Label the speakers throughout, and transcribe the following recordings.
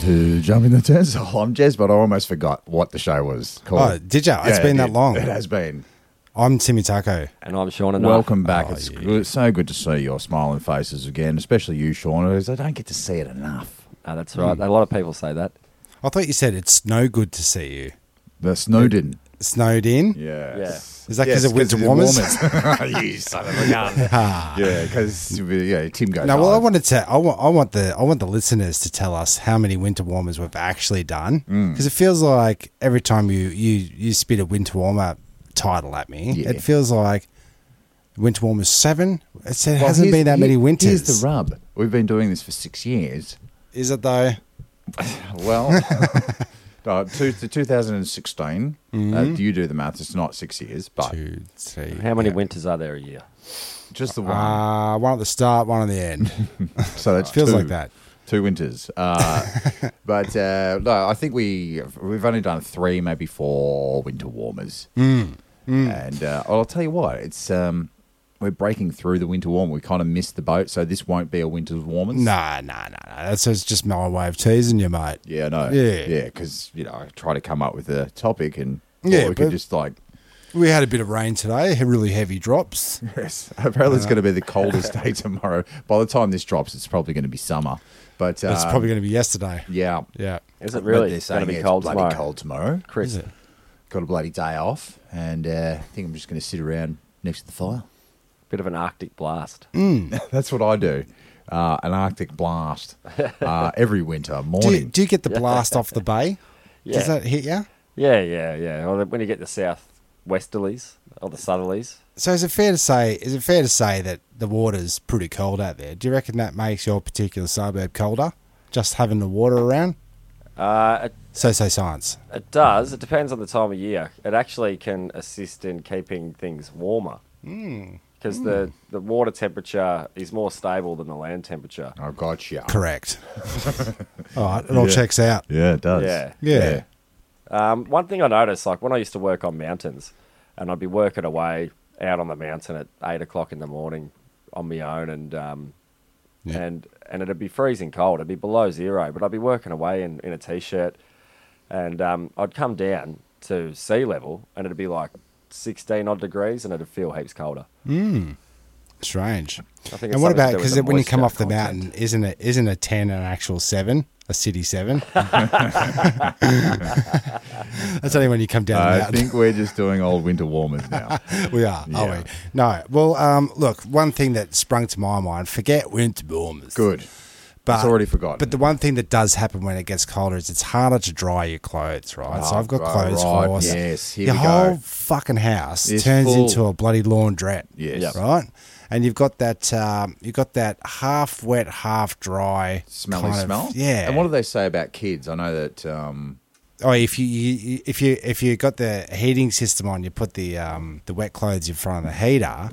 Speaker 1: to Jumping the Turnstile. I'm Jez, but I almost forgot what the show was called.
Speaker 2: Oh, did ya? It's
Speaker 1: Yeah, it
Speaker 2: been that
Speaker 1: did.
Speaker 2: long.
Speaker 1: It has been.
Speaker 2: I'm Timmy Taco.
Speaker 3: And I'm Sean. Enough.
Speaker 1: Welcome
Speaker 2: Oh,
Speaker 1: back. it's good, so good to see your smiling faces again, especially you, Sean, as I don't get to see it enough.
Speaker 3: No, Ah, that's right. A lot of people say that.
Speaker 2: I thought you said it's no good to see you.
Speaker 1: The snow didn't.
Speaker 2: Snowed in.
Speaker 1: Yes.
Speaker 3: Yeah.
Speaker 2: Is that 'cause it was the warmest?
Speaker 1: warmest? Ah, you son of a gun. yeah, because yeah, Tim goes.
Speaker 2: Now, well, I
Speaker 1: "Oh,
Speaker 2: wanted to. I want. I want the. I want the listeners to tell us how many winter warmers we've actually done,
Speaker 1: Mm.
Speaker 2: because it feels like every time you you you spit a winter warmer title at me,
Speaker 1: Yeah.
Speaker 2: it feels like winter warmers seven. It said it
Speaker 1: Well,
Speaker 2: hasn't
Speaker 1: here's-
Speaker 2: been that many
Speaker 1: here-
Speaker 2: winters.
Speaker 1: Here's the rub. We've been doing this for six years.
Speaker 2: Is it though?
Speaker 1: Well, uh, two, to 2016. Uh,
Speaker 2: Mm-hmm.
Speaker 1: you do the maths. It's not six years, but
Speaker 2: Two, three.
Speaker 3: How many winters are there a year?
Speaker 1: just the one.
Speaker 2: Uh, one at the start, one at the end.
Speaker 1: so that's
Speaker 2: feels
Speaker 1: two-
Speaker 2: like that.
Speaker 1: Two winters. Uh, but uh, no, I think we we've only done three, maybe four winter warmers.
Speaker 2: Hmm.
Speaker 1: And uh, I'll tell you what, it's um, we're breaking through the winter warm. We kind of missed the boat, so this won't be a winter warmers.
Speaker 2: Nah, nah, nah, nah. That's just just my way of teasing you, mate.
Speaker 1: Yeah, I know.
Speaker 2: Yeah.
Speaker 1: yeah, because you know, I try to come up with a topic, and
Speaker 2: Yeah,
Speaker 1: or we could
Speaker 2: but-
Speaker 1: just like.
Speaker 2: We had a bit of rain today, really heavy drops.
Speaker 1: Yes, apparently
Speaker 2: Uh-huh.
Speaker 1: it's going to be the coldest day tomorrow. By the time this drops, it's probably going to be summer. But uh,
Speaker 2: That's
Speaker 3: Um,
Speaker 2: probably going to be yesterday.
Speaker 1: yeah,
Speaker 2: Yeah.
Speaker 3: Is it
Speaker 1: But
Speaker 3: really?
Speaker 1: they're
Speaker 3: It's going
Speaker 1: saying
Speaker 3: to be
Speaker 1: it's
Speaker 3: cold
Speaker 1: bloody
Speaker 3: tomorrow.
Speaker 1: cold tomorrow.
Speaker 3: Chris,
Speaker 2: Is it?
Speaker 1: Got a bloody day off, and uh, I think I'm just going to sit around next to the fire.
Speaker 3: bit of an Arctic blast.
Speaker 1: Mm. That's what I do. Uh, an Arctic blast uh, every winter
Speaker 2: Do you,
Speaker 1: morning.
Speaker 2: do you get the blast off the bay?
Speaker 3: Yeah.
Speaker 2: Does that hit you?
Speaker 3: Yeah, yeah, yeah. Well, when you get the southwesterlies or the southerlies,
Speaker 2: So is it fair to say? Is it fair to say that the water's pretty cold out there? Do you reckon that makes your particular suburb colder? Just having the water around?
Speaker 3: uh, it,
Speaker 2: So so science.
Speaker 3: it does. It depends on the time of year. It actually can assist in keeping things warmer
Speaker 1: Mm.
Speaker 3: because the the water temperature is more stable than the land temperature.
Speaker 1: I Oh, gotcha.
Speaker 2: Correct. all right, it all
Speaker 1: Yeah.
Speaker 2: checks out.
Speaker 1: Yeah, it does.
Speaker 3: Yeah.
Speaker 2: Yeah.
Speaker 3: Um, one thing I noticed, like when I used to work on mountains, and I'd be working away out on the mountain at eight o'clock in the morning on my own, and um,
Speaker 2: Yeah.
Speaker 3: and and it'd be freezing cold. It'd be below zero, but I'd be working away in, in a t-shirt, and um, I'd come down to sea level, and it'd be like sixteen odd degrees, and it'd feel heaps colder.
Speaker 2: Strange.
Speaker 3: I think it's
Speaker 2: And what
Speaker 3: something to
Speaker 2: about
Speaker 3: do with
Speaker 2: because
Speaker 3: the
Speaker 2: when you come off
Speaker 3: moisture
Speaker 2: the
Speaker 3: content.
Speaker 2: mountain, isn't it? Isn't a ten an actual seven? A city seven. That's only when you come down the
Speaker 1: I
Speaker 2: mountain.
Speaker 1: think we're just doing old winter warmers now.
Speaker 2: We are, are
Speaker 1: Yeah.
Speaker 2: we? No. Well, um, look, one thing that sprung to my mind: forget winter warmers.
Speaker 1: Good.
Speaker 2: but
Speaker 1: It's already forgotten.
Speaker 2: But the one thing that does happen when it gets colder is it's harder to dry your clothes, right? so
Speaker 1: Oh,
Speaker 2: I've got
Speaker 1: right,
Speaker 2: clothes
Speaker 1: right,
Speaker 2: horse.
Speaker 1: yes, here
Speaker 2: your
Speaker 1: we go.
Speaker 2: whole fucking house
Speaker 1: It's
Speaker 2: turns
Speaker 1: full.
Speaker 2: into a bloody laundrette.
Speaker 1: Yes. Yep.
Speaker 2: right. And you've got that, um, you've got that half wet, half dry
Speaker 1: Smelly
Speaker 2: kind of-
Speaker 1: smell.
Speaker 2: yeah.
Speaker 1: And what do they say about kids? I know that. Um,
Speaker 2: Oh, if you, you you- if you if you got the heating system on, you put the um, the wet clothes in front of the heater.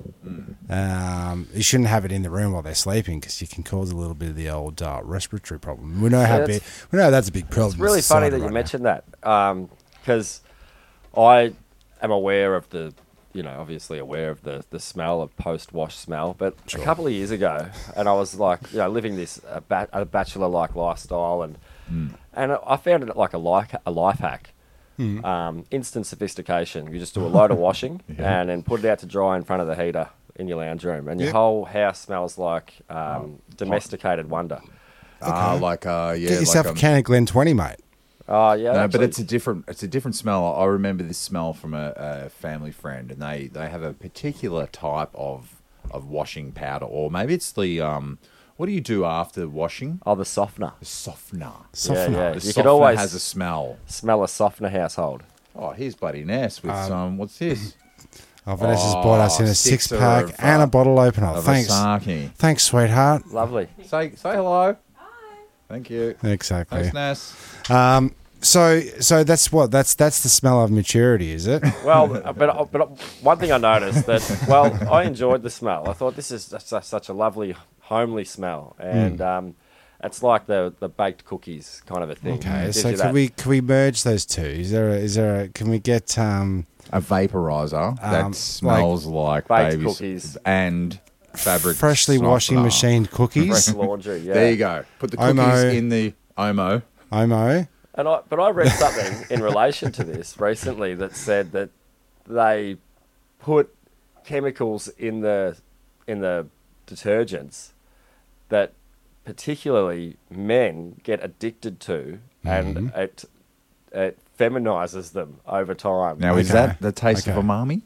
Speaker 2: Um, you shouldn't have it in the room while they're sleeping because you can cause a little bit of the old uh, respiratory problem. We know how
Speaker 3: that's-
Speaker 2: big we know that's a big problem.
Speaker 3: It's really
Speaker 2: in
Speaker 3: funny
Speaker 2: society
Speaker 3: that you
Speaker 2: right now.
Speaker 3: mentioned that because I am aware of the, you know, obviously aware of the, the smell of post wash smell. But a couple of years ago, and I was like, you know, living this a, ba- a bachelor like lifestyle, and
Speaker 1: Mm.
Speaker 3: and I found it like a like a life hack.
Speaker 1: Mm-hmm.
Speaker 3: Um, instant sophistication. You just do a load of washing and then put it out to dry in front of the heater in your lounge room, and your
Speaker 2: Yep.
Speaker 3: whole house smells like um, domesticated wonder.
Speaker 1: uh, like uh, yeah,
Speaker 2: Get yourself
Speaker 1: like,
Speaker 2: a
Speaker 1: um,
Speaker 2: can of Glen Twenty, mate.
Speaker 3: Oh yeah,
Speaker 1: No, but
Speaker 3: actually-
Speaker 1: it's a different it's a different smell. I remember this smell from a, a family friend, and they they have a particular type of of washing powder, or maybe it's the um. What do you do after washing?
Speaker 3: oh the softener.
Speaker 1: The softener.
Speaker 2: Softener.
Speaker 1: The
Speaker 3: Yeah, yeah. you could
Speaker 1: softener
Speaker 3: always
Speaker 1: has a smell.
Speaker 3: smell a softener household.
Speaker 1: Oh, here's Buddy Ness with
Speaker 2: Um,
Speaker 1: some. What's this?
Speaker 2: Oh, Vanessa's brought us in a
Speaker 1: six
Speaker 2: six pack
Speaker 1: of, uh,
Speaker 2: and a bottle opener.
Speaker 1: Of
Speaker 2: Thanks,
Speaker 1: a sake.
Speaker 2: thanks, sweetheart.
Speaker 3: Lovely.
Speaker 1: Say say hello. Hi. Thank you.
Speaker 2: Exactly.
Speaker 1: Thanks, Ness.
Speaker 2: So, so that's what that's that's the smell of maturity, is it?
Speaker 3: Well, uh, but but one thing I noticed that well, I enjoyed the smell. I thought this is such, such a lovely homely smell, and
Speaker 2: Hmm.
Speaker 3: um, it's like the the baked cookies kind of a thing. It
Speaker 2: Okay,
Speaker 3: gives
Speaker 2: so
Speaker 3: Mm, you
Speaker 2: can
Speaker 3: that-
Speaker 2: we can we merge those two? Is there a, is there a, can we get um
Speaker 1: A vaporizer
Speaker 2: Um,
Speaker 1: that smells like,
Speaker 3: Baked
Speaker 1: baby
Speaker 3: cookies.
Speaker 1: and fabric
Speaker 2: freshly washing
Speaker 1: softener.
Speaker 2: machined cookies?
Speaker 3: fresh laundry? Yeah.
Speaker 1: There you go. Put the cookies
Speaker 2: Omo.
Speaker 1: in the Omo.
Speaker 2: Homo.
Speaker 3: And I, but I read something in relation to this recently that said that they put chemicals in the in the detergents that particularly men get addicted to, and
Speaker 1: Mm-hmm.
Speaker 3: it it feminizes them over time.
Speaker 1: Now, is
Speaker 2: Okay.
Speaker 1: that the taste
Speaker 2: Okay.
Speaker 1: of umami?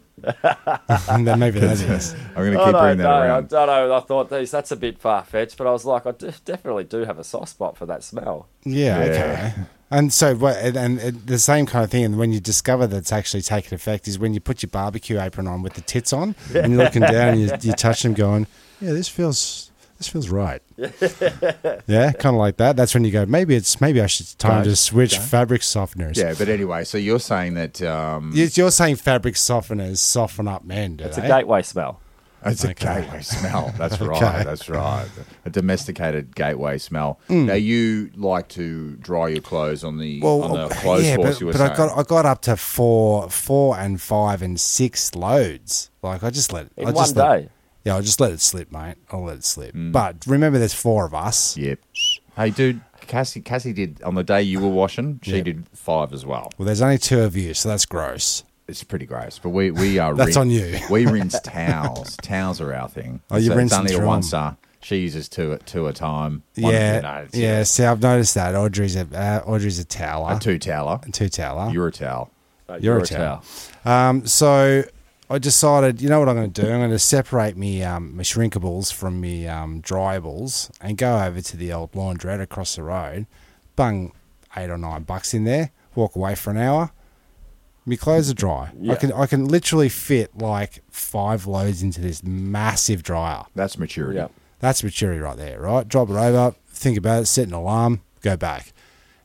Speaker 2: and then maybe that is.
Speaker 1: I'm going to
Speaker 3: I
Speaker 1: keep
Speaker 3: don't
Speaker 1: bringing that
Speaker 3: know. I
Speaker 1: around.
Speaker 3: don't know. I thought these that's a bit far fetched, but I was like, I de- definitely do have a soft spot for that smell.
Speaker 2: Yeah,
Speaker 1: Yeah.
Speaker 2: okay. And so, what- and, and it- the same kind of thing, and when you discover that's actually taking effect is when you put your barbecue apron on with the tits on, and you're looking down, and you, you touch them, going, "Yeah, this feels, this feels right." yeah, kind of like that. That's when you go, maybe it's maybe I should time to
Speaker 1: Don't-
Speaker 2: switch fabric softeners.
Speaker 1: Yeah, but anyway, so you're saying that um,
Speaker 2: You- You're saying fabric softeners soften up men, do
Speaker 3: It's
Speaker 2: they?
Speaker 3: a gateway smell.
Speaker 1: It's a
Speaker 2: Okay.
Speaker 1: gateway smell. That's right. That's right. A domesticated gateway smell.
Speaker 2: Hmm.
Speaker 1: Now you like to dry your clothes on the on the clothes
Speaker 2: uh, yeah,
Speaker 1: horse.
Speaker 2: but,
Speaker 1: you were
Speaker 2: but
Speaker 1: saying.
Speaker 2: I got I got up to four, four and five and six loads. Like I just let it.
Speaker 3: In
Speaker 2: I just
Speaker 3: one
Speaker 2: let-
Speaker 3: day.
Speaker 2: yeah, I'll just let it slip, mate. I'll let it slip.
Speaker 1: Mm.
Speaker 2: But remember, there's four of us.
Speaker 1: Yep. Hey, dude. Cassie, Cassie did on the day you were washing. She
Speaker 2: Yeah.
Speaker 1: did five as well.
Speaker 2: Well, there's only two of you, so that's gross.
Speaker 1: It's pretty gross, but we we are.
Speaker 2: That's on you.
Speaker 1: we rinse towels. Towels are our thing.
Speaker 2: Oh, you
Speaker 1: So
Speaker 2: rinse
Speaker 1: it's only
Speaker 2: them
Speaker 1: a
Speaker 2: through 'em.
Speaker 1: once a. She uses two at two a time. One-
Speaker 2: yeah,
Speaker 1: you know, it's-
Speaker 2: yeah. See, I've noticed that Audrey's a uh, Audrey's a tower,
Speaker 1: A two toweler.
Speaker 2: two tower.
Speaker 1: You're a towel.
Speaker 3: No,
Speaker 2: You're a towel. Um, so I decided, you know what I'm going to do? I'm going to separate me um, my shrinkables from me um, dryables and go over to the old laundrette across the road, bung eight or nine bucks in there, walk away for an hour. My clothes are dry.
Speaker 3: Yeah.
Speaker 2: I can I can literally fit like five loads into this massive dryer.
Speaker 1: That's maturity.
Speaker 3: Yeah.
Speaker 2: That's maturity right there, right? Drop it over, think about it, set an alarm, go back.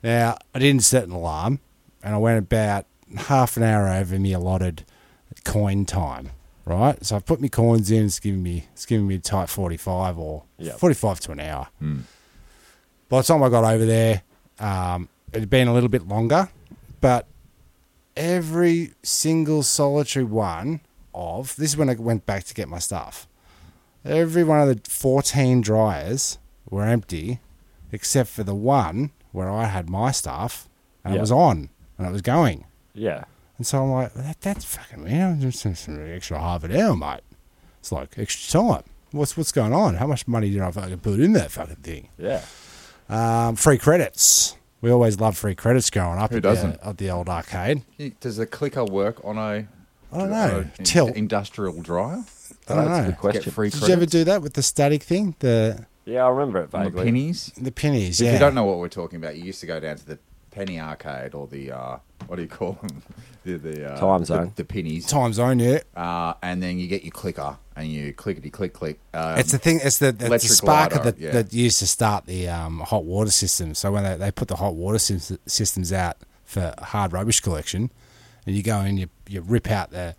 Speaker 2: Now, I didn't set an alarm, and I went about half an hour over me allotted coin time, right? So I put my coins in, it's giving me, it's giving me a tight 45 or
Speaker 3: Yep.
Speaker 2: 45 to an hour. By the time I got over there, um, it had been a little bit longer, but every single solitary one of this is when I went back to get my stuff. Every one of the 14 dryers were empty except for the one where I had my stuff and
Speaker 3: Yeah.
Speaker 2: it was on and it was going.
Speaker 3: Yeah.
Speaker 2: And so I'm like, that, that's fucking weird. Just some- some extra half an hour, mate. It's like extra time. What's what's going on? How much money did I fucking put in that fucking thing?
Speaker 3: Yeah.
Speaker 2: Um, free credits. We always love free credits going up
Speaker 1: Who
Speaker 2: at the-
Speaker 1: doesn't?
Speaker 2: at the old arcade.
Speaker 1: Does the clicker work on a?
Speaker 2: I don't know.
Speaker 1: a-
Speaker 2: Tilt.
Speaker 1: industrial dryer.
Speaker 2: I don't
Speaker 3: That's a
Speaker 2: know.
Speaker 3: good question.
Speaker 1: Get free
Speaker 2: Did you ever
Speaker 1: credits?
Speaker 2: do that with the static thing? The
Speaker 3: Yeah, I remember it
Speaker 1: on the
Speaker 3: vaguely.
Speaker 1: pennies.
Speaker 2: the pennies,
Speaker 1: If
Speaker 2: yeah.
Speaker 1: you don't know what we're talking about, you used to go down to the penny arcade or the uh, what do you call them? The, the uh,
Speaker 3: Time
Speaker 1: the-
Speaker 3: zone.
Speaker 1: the, pennies,
Speaker 2: time zone, yeah.
Speaker 1: uh, and then you get your clicker and you clickety click click. Um,
Speaker 2: it's the thing. It's the, it's the
Speaker 1: electric
Speaker 2: spark
Speaker 1: lighter,
Speaker 2: that,
Speaker 1: yeah.
Speaker 2: that used to start the um, hot water system. So when they, they put the hot water sys- systems out for hard rubbish collection, and you go in, you you rip out the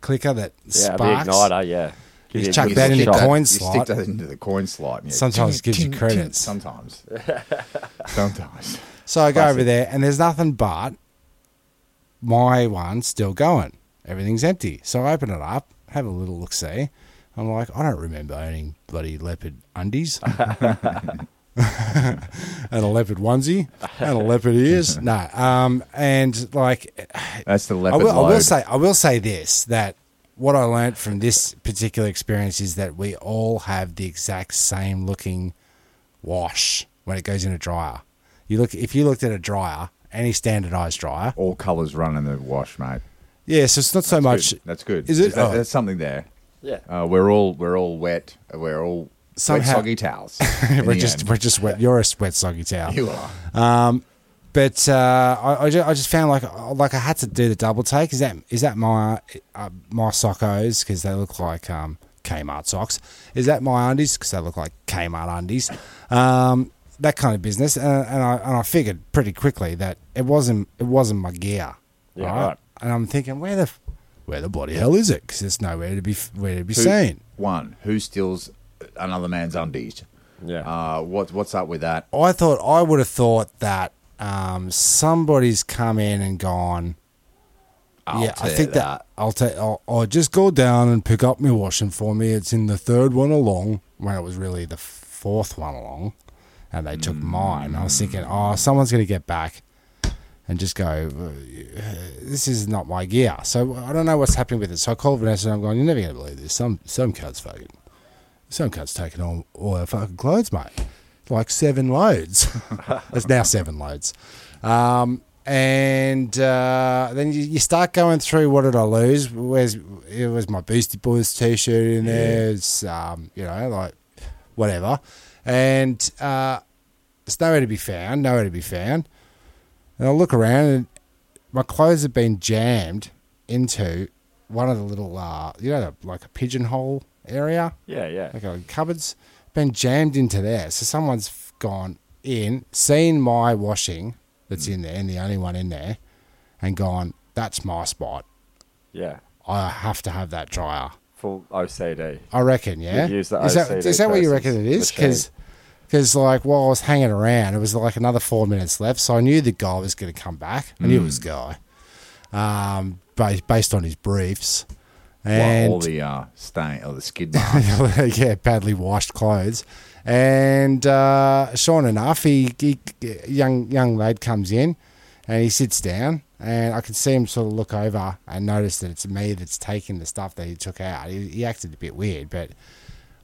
Speaker 2: clicker that
Speaker 3: Yeah,
Speaker 2: sparks.
Speaker 3: the igniter. Yeah. Give
Speaker 2: You
Speaker 3: it a
Speaker 2: chuck
Speaker 3: good
Speaker 2: that in the
Speaker 3: shot.
Speaker 1: stick
Speaker 2: coin
Speaker 1: you
Speaker 2: slot.
Speaker 1: stick that into the coin slot. And you
Speaker 2: Sometimes it gives you credits.
Speaker 1: Sometimes, sometimes.
Speaker 2: So I go
Speaker 1: Classic.
Speaker 2: over there, and there's nothing but my one's still going. Everything's empty. So I open it up, have a little look see. I'm like, I don't remember owning bloody leopard undies and a leopard onesie and a leopard ears. No, um, and like
Speaker 1: That's the
Speaker 2: I
Speaker 1: leopard
Speaker 2: will, I will
Speaker 1: load.
Speaker 2: say I will say this that what I learnt from this particular experience is that we all have the exact same looking wash when it goes in a dryer. You look if you looked at a dryer, any standardized dryer.
Speaker 1: all colours run in the wash, mate.
Speaker 2: Yeah, so it's not so much
Speaker 1: Good. That's good.
Speaker 2: Is it?
Speaker 1: that,
Speaker 2: Oh.
Speaker 1: There's something there.
Speaker 3: Yeah.
Speaker 1: Uh, we're all we're all wet. We're all
Speaker 2: Somehow-
Speaker 1: wet, soggy towels.
Speaker 2: we're just we're just wet you're a wet soggy towel.
Speaker 1: you are.
Speaker 2: But uh, I, I, just, I just found like like I had to do the double take. Is that is that my uh, my sockos because they look like um, Kmart socks? Is that my undies because they look like Kmart undies? Um, that kind of business. And, and I and I figured pretty quickly that it wasn't it wasn't my gear.
Speaker 3: Yeah,
Speaker 2: right?
Speaker 3: right.
Speaker 2: And I'm thinking where the f- where the bloody hell is it? Because it's nowhere to be f- where to be
Speaker 1: Who-
Speaker 2: seen.
Speaker 1: One, who steals another man's undies?
Speaker 3: Yeah.
Speaker 1: Uh, what, what's up with that?
Speaker 2: I thought I would have thought that um, somebody's come in and gone.
Speaker 1: I'll
Speaker 2: yeah, I
Speaker 1: tear
Speaker 2: think that, I'll take. I'll, I'll just go down and pick up my washing for me. It's in the third one along when it was really the fourth one along, and they took mine. I was thinking, oh, someone's going to get back and just go, "Uh, this is not my gear. So I don't know what's happening with it. So I called Vanessa and I'm going, you're never going to believe this. Some some cut's fucking, some cut's taking all, all our fucking clothes, mate. Like seven loads. it's now seven loads. Um, and uh, then you, you start going through what did I lose? Where's it was my Boosty Boys t-shirt in there? It's um, you know like whatever, and uh, it's nowhere to be found. Nowhere to be found. And I look around and my clothes have been jammed into one of the little uh, you know like a pigeonhole area
Speaker 3: Yeah, yeah.
Speaker 2: like a cupboard's been jammed into there. So someone's f- gone in, seen my washing
Speaker 3: Mm.
Speaker 2: that's in there, and the only one in there, and gone, that's my spot.
Speaker 3: Yeah.
Speaker 2: I have to have that dryer.
Speaker 3: Full OCD.
Speaker 2: I reckon, yeah.
Speaker 3: You'd use the
Speaker 2: is that,
Speaker 3: OCD
Speaker 2: is that what you reckon it
Speaker 3: person's
Speaker 2: is? Because, like, while I was hanging around, it was like another four minutes left. So I knew the guy was going to come back. I knew it was
Speaker 3: Mm.
Speaker 2: Guy, um, ba- based on his briefs.
Speaker 1: Well,
Speaker 2: And
Speaker 1: all the uh, stain or the skid marks.
Speaker 2: yeah, badly washed clothes. And uh, sure enough, he, he young young lad comes in, and he sits down, and I can see him sort of look over and notice that it's me that's taking the stuff that he took out. He, he acted a bit weird, but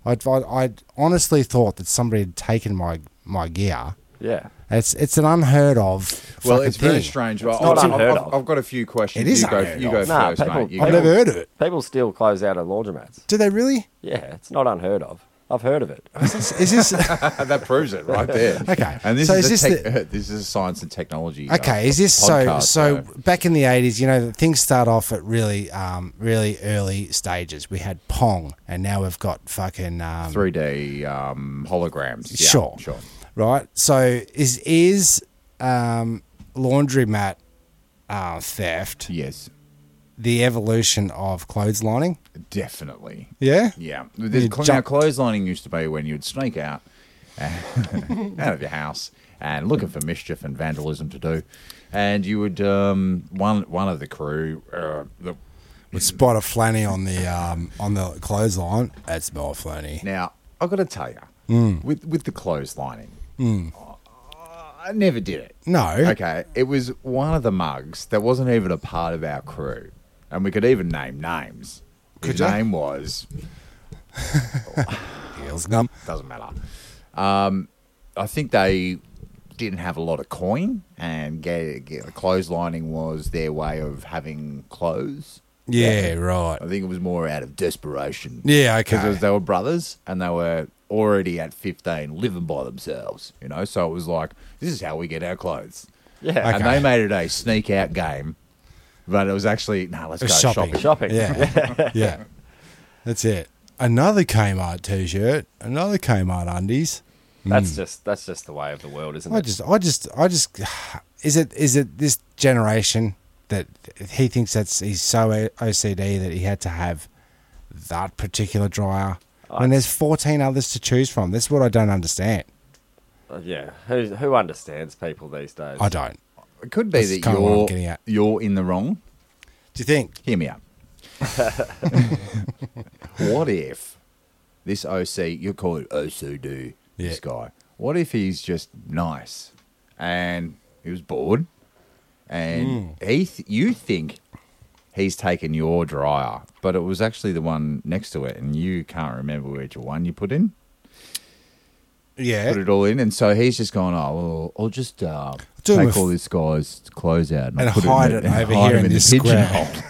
Speaker 2: I'd, I'd, I'd honestly thought that somebody had taken my my gear.
Speaker 3: Yeah.
Speaker 2: It's it's an unheard of.
Speaker 1: well,
Speaker 2: fucking
Speaker 1: it's very
Speaker 2: thing.
Speaker 1: strange. Well,
Speaker 3: not
Speaker 1: I've,
Speaker 3: unheard
Speaker 1: I've-
Speaker 3: of.
Speaker 1: I've got a few questions.
Speaker 2: It is
Speaker 1: you go,
Speaker 2: unheard
Speaker 1: you go
Speaker 2: of.
Speaker 3: Nah,
Speaker 1: first,
Speaker 3: people-
Speaker 1: mate. You
Speaker 2: I've
Speaker 1: go.
Speaker 2: never heard of it.
Speaker 3: People steal clothes out of laundromats.
Speaker 2: Do they really?
Speaker 3: Yeah, it's not unheard of. I've heard of it.
Speaker 2: Is this, is this
Speaker 1: that proves it right there.
Speaker 2: Okay.
Speaker 1: And this
Speaker 2: So
Speaker 1: is,
Speaker 2: is
Speaker 1: a
Speaker 2: this
Speaker 1: tech, this is a science and technology. uh,
Speaker 2: Okay, is this
Speaker 1: podcast, uh,
Speaker 2: so?
Speaker 1: so-
Speaker 2: So back in the eighties, you know, things start off at really, um, really early stages. We had Pong, and now we've got fucking um,
Speaker 1: 3D um, holograms. Yeah,
Speaker 2: Sure.
Speaker 1: Sure.
Speaker 2: right? So is is um, laundromat uh, theft
Speaker 1: Yes.
Speaker 2: the evolution of clotheslining?
Speaker 1: Definitely.
Speaker 2: Yeah,
Speaker 1: Yeah. There's
Speaker 2: You
Speaker 1: cl- now,
Speaker 2: jump-
Speaker 1: clotheslining used to be when you'd sneak out out of your house and looking for mischief and vandalism to do. And you would, um, one one of the crew, uh, the,
Speaker 2: would spot a flanny on the um, on the clothesline. That's my flanny.
Speaker 1: now, I've got to tell you,
Speaker 2: Mm.
Speaker 1: with, with the clotheslining, I, I never did it.
Speaker 2: No,
Speaker 1: Okay, it was one of the mugs that wasn't even a part of our crew, and we could even name names. His
Speaker 2: Could ya?
Speaker 1: name was
Speaker 2: heels gum.
Speaker 1: doesn't matter. Um, I think they didn't have a lot of coin, and get, get, clotheslining was their way of having clothes.
Speaker 2: Yeah, right.
Speaker 1: I think it was more out of desperation.
Speaker 2: Yeah, okay.
Speaker 1: because they were brothers and they were already at fifteen, living by themselves. You know, so it was like this is how we get our clothes.
Speaker 3: Yeah.
Speaker 1: And
Speaker 2: Okay.
Speaker 1: they made it a sneak out game, but it was actually no. let's
Speaker 2: It
Speaker 1: go
Speaker 2: was
Speaker 1: shopping.
Speaker 2: shopping.
Speaker 3: Shopping.
Speaker 2: Yeah. yeah. That's it. Another Kmart t shirt, another Kmart undies.
Speaker 3: That's just that's just the way of the world, isn't
Speaker 2: I
Speaker 3: it?
Speaker 2: just I just I just is it is it this generation that he thinks that's he's so O- OCD that he had to have that particular dryer when there's 14 others to choose from. That's what I don't understand.
Speaker 3: Uh, yeah. Who who understands people these days?
Speaker 2: I don't.
Speaker 1: It could be
Speaker 2: That's
Speaker 1: that
Speaker 2: kinda what I'm getting
Speaker 1: you're
Speaker 2: at.
Speaker 1: you're in the wrong.
Speaker 2: Do you think?
Speaker 1: Hear me out. what if this OC, you call it OCD,
Speaker 2: Yeah.
Speaker 1: this guy, what if he's just nice and he was bored and
Speaker 2: Hmm.
Speaker 1: he th- you think he's taken your dryer, but it was actually the one next to it and you can't remember which one you put in? Put
Speaker 2: Yeah.
Speaker 1: it all in, and so he's just going, "Oh, well, I'll just uh,
Speaker 2: Do him
Speaker 1: take
Speaker 2: a
Speaker 1: all
Speaker 2: f-
Speaker 1: this guy's clothes out and, I'll
Speaker 2: and
Speaker 1: put
Speaker 2: hide
Speaker 1: in
Speaker 2: it
Speaker 1: the- and
Speaker 2: over
Speaker 1: hide
Speaker 2: here
Speaker 1: him
Speaker 2: in
Speaker 1: the
Speaker 2: this square."
Speaker 1: pigeonhole."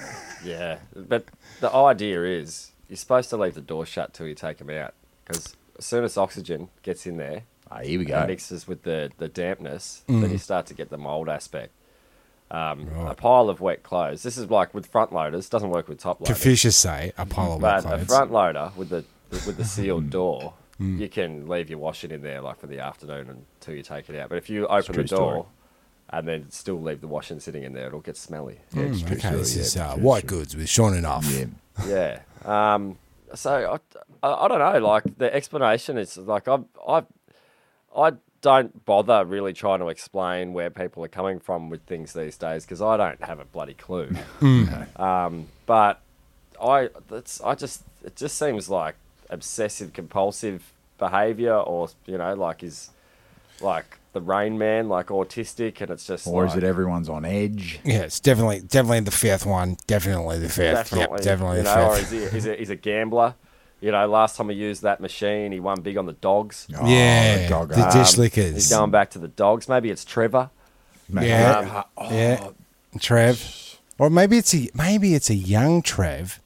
Speaker 3: Yeah, but the idea is you're supposed to leave the door shut till you take them out because as soon as oxygen gets in there
Speaker 1: Ah, here we
Speaker 3: and
Speaker 1: go.
Speaker 3: mixes with the, the dampness,
Speaker 2: Mm.
Speaker 3: then you start to get the mold aspect. Um, A pile of wet clothes. This is like with front loaders. Doesn't work with top loaders.
Speaker 2: Confucius say a pile of wet
Speaker 3: but a
Speaker 2: clothes. Mm.
Speaker 3: front loader with the with the sealed door, you can leave your washing in there like for the afternoon until you take it out. But if you open the
Speaker 1: true
Speaker 3: door
Speaker 1: story.
Speaker 3: and then still leave the washing sitting in there, it'll get smelly.
Speaker 1: Yeah, it's true
Speaker 2: okay,
Speaker 1: story,
Speaker 2: this
Speaker 1: yeah,
Speaker 2: is uh,
Speaker 1: true
Speaker 2: white
Speaker 1: story.
Speaker 2: goods with Sean enough.
Speaker 1: Yeah.
Speaker 3: yeah. Um, so I, I, I don't know. Like the explanation is like I I I don't bother really trying to explain where people are coming from with things these days because I don't have a bloody clue.
Speaker 1: Mm.
Speaker 3: um, but I that's I just it just seems like obsessive compulsive behavior or you know like is like the Rain Man, like autistic, and it's just
Speaker 1: Or
Speaker 3: like,
Speaker 1: is it everyone's on edge?
Speaker 2: Yeah, it's definitely definitely the fifth one. Definitely the fifth.
Speaker 3: definitely,
Speaker 2: Yep, definitely
Speaker 3: you
Speaker 2: the
Speaker 3: know, or
Speaker 2: fifth.
Speaker 3: is he, is he, he's a gambler? You know, last time he used that machine, he won big on the dogs.
Speaker 1: Oh,
Speaker 2: yeah,
Speaker 1: the
Speaker 2: the,
Speaker 1: dog-
Speaker 2: dish
Speaker 3: He's
Speaker 2: lickers.
Speaker 3: going back to the dogs. Maybe it's Trevor.
Speaker 1: Man,
Speaker 2: Yeah.
Speaker 1: uh, oh,
Speaker 2: yeah, Trev, or maybe it's a maybe it's a young Trev,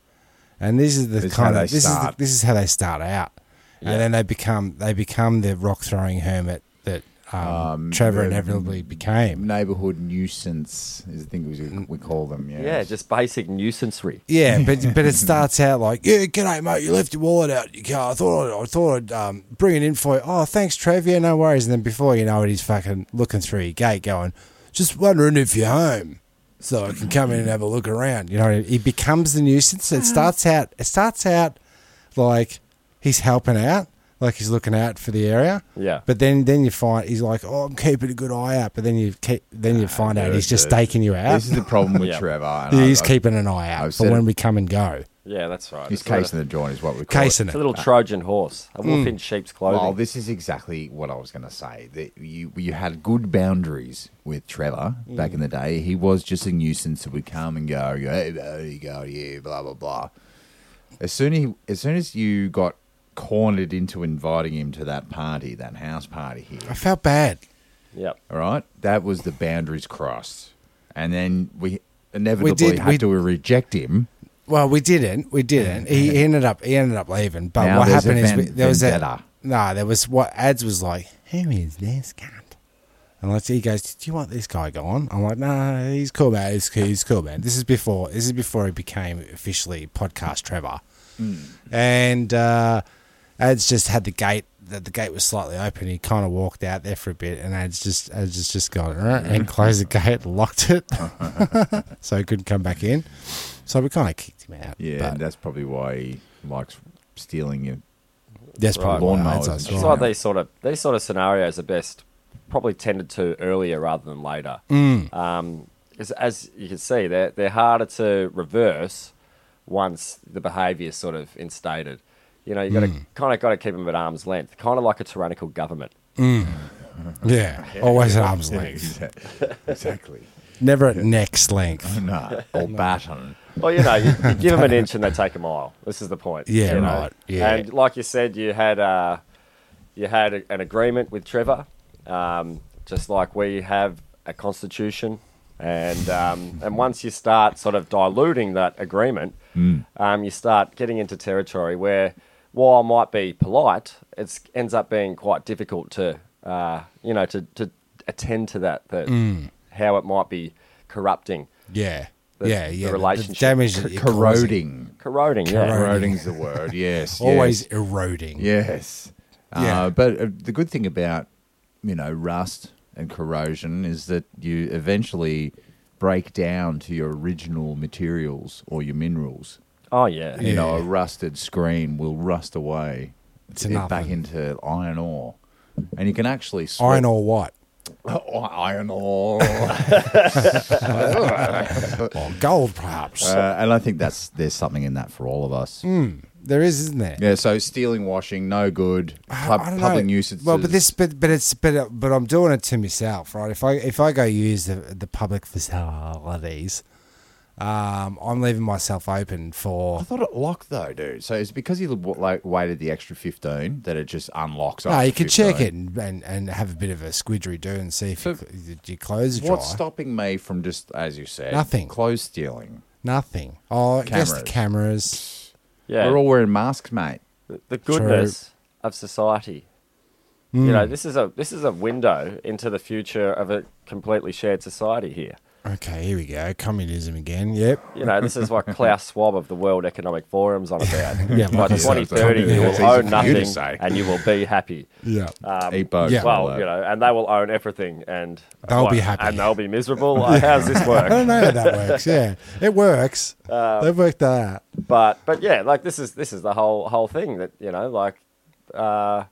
Speaker 2: and this is the
Speaker 1: This is
Speaker 2: kind
Speaker 1: how they
Speaker 2: of this is the,
Speaker 1: start.
Speaker 2: this is how they start out,
Speaker 3: Yeah.
Speaker 2: and then they become they become the rock throwing hermit that um,
Speaker 1: Um,
Speaker 2: Trevor
Speaker 1: the-
Speaker 2: inevitably became.
Speaker 1: Neighborhood nuisance is the thing we, we call them. Yeah.
Speaker 3: Yeah, just basic nuisancery.
Speaker 2: Yeah, but but it starts out like, yeah, g'day mate, you left your wallet out in your car. I thought I'd, I thought I'd um, bring it in for you. Oh, thanks, Trev. Yeah, no worries. And then before you know it, he's fucking looking through your gate, going, just wondering if you're home, so I can come in and have a look around. You know, he becomes the nuisance. It starts out. It starts out like he's helping out, like he's looking out for the area.
Speaker 3: Yeah.
Speaker 2: But then then you find he's like, oh, I'm keeping a good eye out. But then you keep then you find out
Speaker 1: dude,
Speaker 2: he's just
Speaker 1: dude.
Speaker 2: staking you out.
Speaker 1: This is the problem with
Speaker 3: Yeah.
Speaker 1: Trevor. and
Speaker 2: Yeah,
Speaker 1: I-
Speaker 2: he's
Speaker 1: I-
Speaker 2: keeping an eye out
Speaker 1: I've
Speaker 2: for
Speaker 1: said
Speaker 2: when
Speaker 1: it.
Speaker 2: we come and go.
Speaker 3: Yeah, that's right.
Speaker 1: He's
Speaker 3: It's like
Speaker 1: casing the joint is what we call
Speaker 2: Casing
Speaker 1: it.
Speaker 2: it.
Speaker 3: a, a little Trojan horse, a wolf in sheep's clothing.
Speaker 1: Well, this is exactly what I was going to say. That you you had good boundaries with Trevor back in the day. He was just a nuisance that would come and go. You go, hey, there you go, yeah, blah blah blah. As soon he, as soon as you got cornered into inviting him to that party, that house party here,
Speaker 2: I felt bad.
Speaker 3: yep.
Speaker 1: all right, that was the boundaries crossed, and then we inevitably
Speaker 2: did-
Speaker 1: had
Speaker 2: we-
Speaker 1: to reject him.
Speaker 2: Well, we didn't. We didn't. He he ended up he ended up leaving. But
Speaker 1: Now
Speaker 2: what
Speaker 1: there's a
Speaker 2: happened is
Speaker 1: ven-
Speaker 2: we, there was
Speaker 1: vendetta.
Speaker 2: a nah. There was what ads was like. Who is this cunt? And let's he goes. Do you want this guy gone? I'm like, nah, he's cool man. He's cool. He's cool man. This is before. This is before he became officially podcast Trevor. And uh, ads just had the gate. That the gate was slightly open. He kind of walked out there for a bit, and ads just ads just just gone "Alright," and closed the gate, locked it, so he couldn't come back in. So we kind of kicked him out.
Speaker 1: Yeah,
Speaker 2: but-
Speaker 1: and that's probably why he likes stealing you.
Speaker 2: That's
Speaker 3: Right.
Speaker 2: probably why
Speaker 1: Lawnmowers
Speaker 2: that's
Speaker 1: and
Speaker 2: us,
Speaker 1: shit.
Speaker 3: It's
Speaker 2: right.
Speaker 1: Right.
Speaker 3: like these sort of these sort of scenarios are best probably tended to earlier rather than later. Um, as, as you can see, they're they're harder to reverse once the behaviour is sort of instated. You know, you got to kind of got to keep them at arm's length, kind of like a tyrannical government.
Speaker 2: Yeah, always at arm's length,
Speaker 1: Exactly. exactly.
Speaker 2: never at neck's length.
Speaker 1: No, or baton.
Speaker 3: Well, you know, you, you give them an inch and they take a mile. This is the point.
Speaker 2: Yeah,
Speaker 3: you know.
Speaker 2: right, yeah.
Speaker 3: And like you said, you had uh, you had a, an agreement with Trevor, um, just like we have a constitution. And um, and once you start sort of diluting that agreement,
Speaker 2: Mm.
Speaker 3: um, you start getting into territory where, while it might be polite, it ends up being quite difficult to uh, you know to, to attend to that that
Speaker 2: Mm.
Speaker 3: how it might be corrupting
Speaker 2: Yeah,
Speaker 3: The-
Speaker 2: yeah,
Speaker 3: the
Speaker 2: yeah.
Speaker 3: relationship.
Speaker 2: damage that you're causing.
Speaker 1: Corroding.
Speaker 3: corroding. Yeah.
Speaker 2: Corroding.
Speaker 1: Corroding's the word. Yes.
Speaker 2: always
Speaker 1: Yes.
Speaker 2: eroding.
Speaker 1: yes.
Speaker 2: Yeah.
Speaker 1: Uh, but uh, the good thing about you know rust and corrosion is that you eventually break down to your original materials or your minerals.
Speaker 3: Oh yeah.
Speaker 1: You know, a
Speaker 2: Yeah.
Speaker 1: rusted screen will rust away
Speaker 2: It's
Speaker 1: to- back
Speaker 2: nothing.
Speaker 1: into iron ore, and you can actually swap-
Speaker 2: Iron or what?
Speaker 1: Oh, iron ore.
Speaker 2: Or gold, perhaps.
Speaker 1: Uh, and I think that's there's something in that for all of us.
Speaker 2: Mm. there is, isn't there?
Speaker 1: Yeah, so stealing, washing, no good. Pub,
Speaker 2: I don't
Speaker 1: public
Speaker 2: know.
Speaker 1: nuisance.
Speaker 2: Well, but this, but but it's but uh, but I'm doing it to myself, right? If I if I go use the the public facilities, um, I'm leaving myself open
Speaker 1: I
Speaker 2: for.
Speaker 1: thought it locked though, dude. So it's because he w- like waited the extra fifteen that it just unlocks.
Speaker 2: No,
Speaker 1: after
Speaker 2: you can check
Speaker 1: 15.
Speaker 2: it and, and, and have a bit of a squidgery do and see if you, cl- your clothes are dry.
Speaker 1: What's stopping me from just, as you said,
Speaker 2: Nothing.
Speaker 1: clothes stealing?
Speaker 2: Nothing. Oh, I guess the
Speaker 1: Cameras.
Speaker 2: cameras.
Speaker 3: Yeah.
Speaker 1: We're all wearing masks, mate.
Speaker 3: the, the goodness of society.
Speaker 1: Mm.
Speaker 3: You know, this is a this is a window into the future of a completely shared society here.
Speaker 2: Okay, here we go. Communism again. Yep.
Speaker 3: You know, this is what Klaus Schwab of the World Economic Forum's on about.
Speaker 2: Yeah,
Speaker 3: By
Speaker 2: like I said,
Speaker 3: 2030, you
Speaker 1: communism. That's easy
Speaker 3: will own
Speaker 1: for you to
Speaker 3: nothing
Speaker 1: say.
Speaker 3: and you will be happy.
Speaker 2: Yeah.
Speaker 3: Um,
Speaker 1: Eat bugs.
Speaker 2: yeah.
Speaker 1: and all
Speaker 3: well,
Speaker 1: that.
Speaker 3: you know, and they will own everything, and
Speaker 2: They'll
Speaker 3: like,
Speaker 2: be happy.
Speaker 3: and they'll be miserable. Like, how's this
Speaker 2: I don't
Speaker 3: work?
Speaker 2: know how that works. Yeah, it works.
Speaker 1: Um,
Speaker 2: They've worked that out.
Speaker 3: but but yeah, like this is this is the whole whole thing that you know, like uh,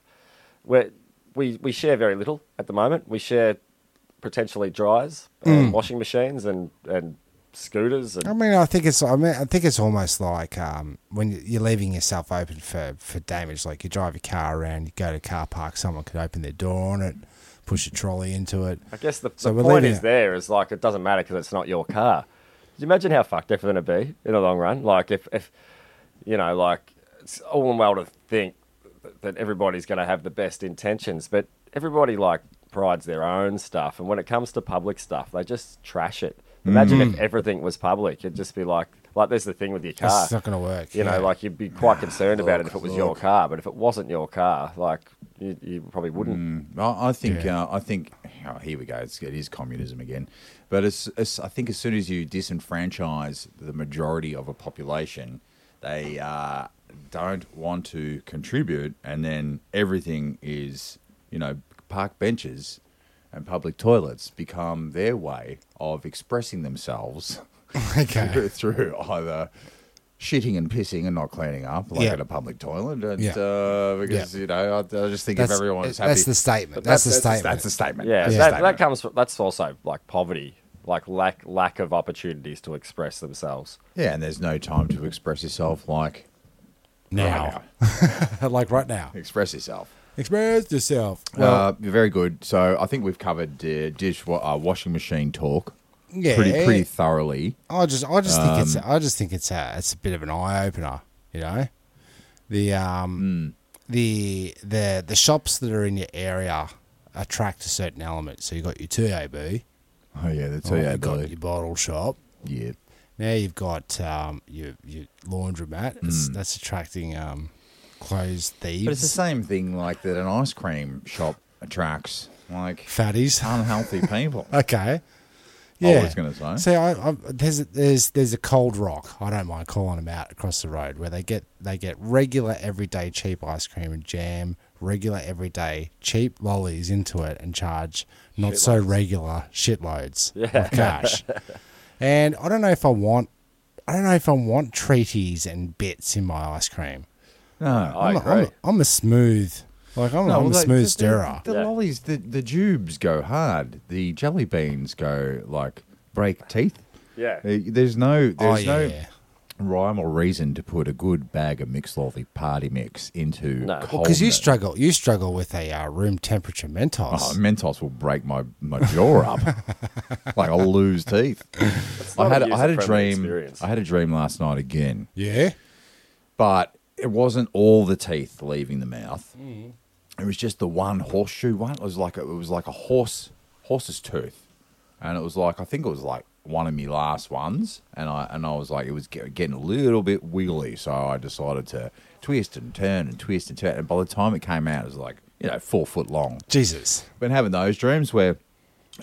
Speaker 3: we we we share very little at the moment. We share potentially dries and washing machines and and scooters
Speaker 2: I
Speaker 3: and
Speaker 2: mean, I think it's. I mean, I think it's almost like um, when you- you're leaving yourself open for for damage. Like you drive your car around, you go to a car park, someone could open their door on it, push a trolley into it.
Speaker 3: I guess the,
Speaker 2: So
Speaker 3: the
Speaker 2: we're
Speaker 3: point
Speaker 2: leaving
Speaker 3: is
Speaker 2: it.
Speaker 3: there is like it doesn't matter because it's not your car. Could you imagine how fucked everything would be in the long run? Like if, if you know, like it's all and well to think that everybody's going to have the best intentions, but everybody like prides their own stuff, and when it comes to public stuff, they just trash it. Imagine
Speaker 2: Mm.
Speaker 3: if everything was public; it'd just be like, like there's the thing with your car.
Speaker 2: It's not going to work.
Speaker 3: You
Speaker 2: yeah.
Speaker 3: know, like you'd be quite concerned about it if it was your car, but if it wasn't your car, like you, you probably wouldn't.
Speaker 2: Mm.
Speaker 1: I, I think
Speaker 2: Yeah.
Speaker 1: uh, I think oh, here we go. It's, it is communism again, but as, as, I think as soon as you disenfranchise the majority of a population, they uh, don't want to contribute, and then everything is you know park benches and public toilets become their way of expressing themselves
Speaker 2: okay.
Speaker 1: through, through either shitting and pissing and not cleaning up like
Speaker 2: Yeah.
Speaker 1: at a public toilet and,
Speaker 2: Yeah.
Speaker 1: uh, because
Speaker 2: Yeah.
Speaker 1: you know I, I just think
Speaker 2: That's,
Speaker 1: if everyone was happy
Speaker 2: that's the statement. That's, the statement.
Speaker 1: that's the statement.
Speaker 3: Yeah,
Speaker 1: That's the
Speaker 3: that,
Speaker 1: statement.
Speaker 3: that comes. From, that's also like poverty, like lack lack of opportunities to express themselves.
Speaker 1: yeah, and there's no time to express yourself like uh,
Speaker 2: now. like right now.
Speaker 1: Express yourself.
Speaker 2: Express yourself.
Speaker 1: uh, very good. So I think we've covered uh, dish wa- uh, washing machine talk
Speaker 2: yeah.
Speaker 1: pretty pretty thoroughly.
Speaker 2: I just, I just think it's, I just think it's a, it's a bit of an eye opener, you know. The um, the the the shops that are in your area attract a certain element. So you got your TAB,
Speaker 1: Oh yeah, that's
Speaker 2: you got your bottle shop.
Speaker 1: Yeah,
Speaker 2: Now you've got um, your your laundromat. It's, That's attracting um, clothes thieves,
Speaker 1: but it's the same thing like that. An ice cream shop attracts like
Speaker 2: fatties.
Speaker 1: unhealthy people.
Speaker 2: Okay.
Speaker 1: I
Speaker 2: Yeah.
Speaker 1: was gonna say.
Speaker 2: See, I, I, there's a, there's there's a cold rock. I don't mind calling them out across the road where they get they get regular everyday cheap ice cream and jam, regular everyday cheap lollies into it, and charge not so regular shitloads
Speaker 3: Yeah.
Speaker 2: of cash. and I don't know if I want. I don't know if I want treaties and bits in my ice cream.
Speaker 1: No,
Speaker 3: I
Speaker 2: I'm, a,
Speaker 3: agree.
Speaker 2: I'm, a, I'm a smooth, like I'm,
Speaker 1: no,
Speaker 2: I'm a
Speaker 1: like,
Speaker 2: smooth
Speaker 1: the-
Speaker 2: stirrer.
Speaker 1: The,
Speaker 3: Yeah.
Speaker 1: lollies, the the jubes go hard. The jelly beans go like break teeth.
Speaker 3: Yeah.
Speaker 1: Uh, There's no
Speaker 2: Oh
Speaker 1: there's
Speaker 2: yeah,
Speaker 1: no rhyme or reason to put a good bag of mixed lolly party mix into
Speaker 3: No.
Speaker 1: cold.
Speaker 2: because you
Speaker 1: milk.
Speaker 2: struggle. You struggle with a uh, room temperature Mentos.
Speaker 1: Oh, Mentos will break my, my jaw up. like I'll lose teeth.
Speaker 3: It's
Speaker 1: I
Speaker 3: not
Speaker 1: had I had a
Speaker 3: user-friendly
Speaker 1: dream.
Speaker 3: Experience.
Speaker 1: I had a dream last night again,
Speaker 2: yeah.
Speaker 1: but it wasn't all the teeth leaving the mouth. It was just the one horseshoe one. It was like a, it was like a horse horse's tooth, and it was like I think it was like one of my last ones, and I and I was like it was get, getting a little bit wiggly, so I decided to twist and turn and twist and turn. And by the time it came out, it was like you know four foot long.
Speaker 2: Jesus.
Speaker 1: been having those dreams where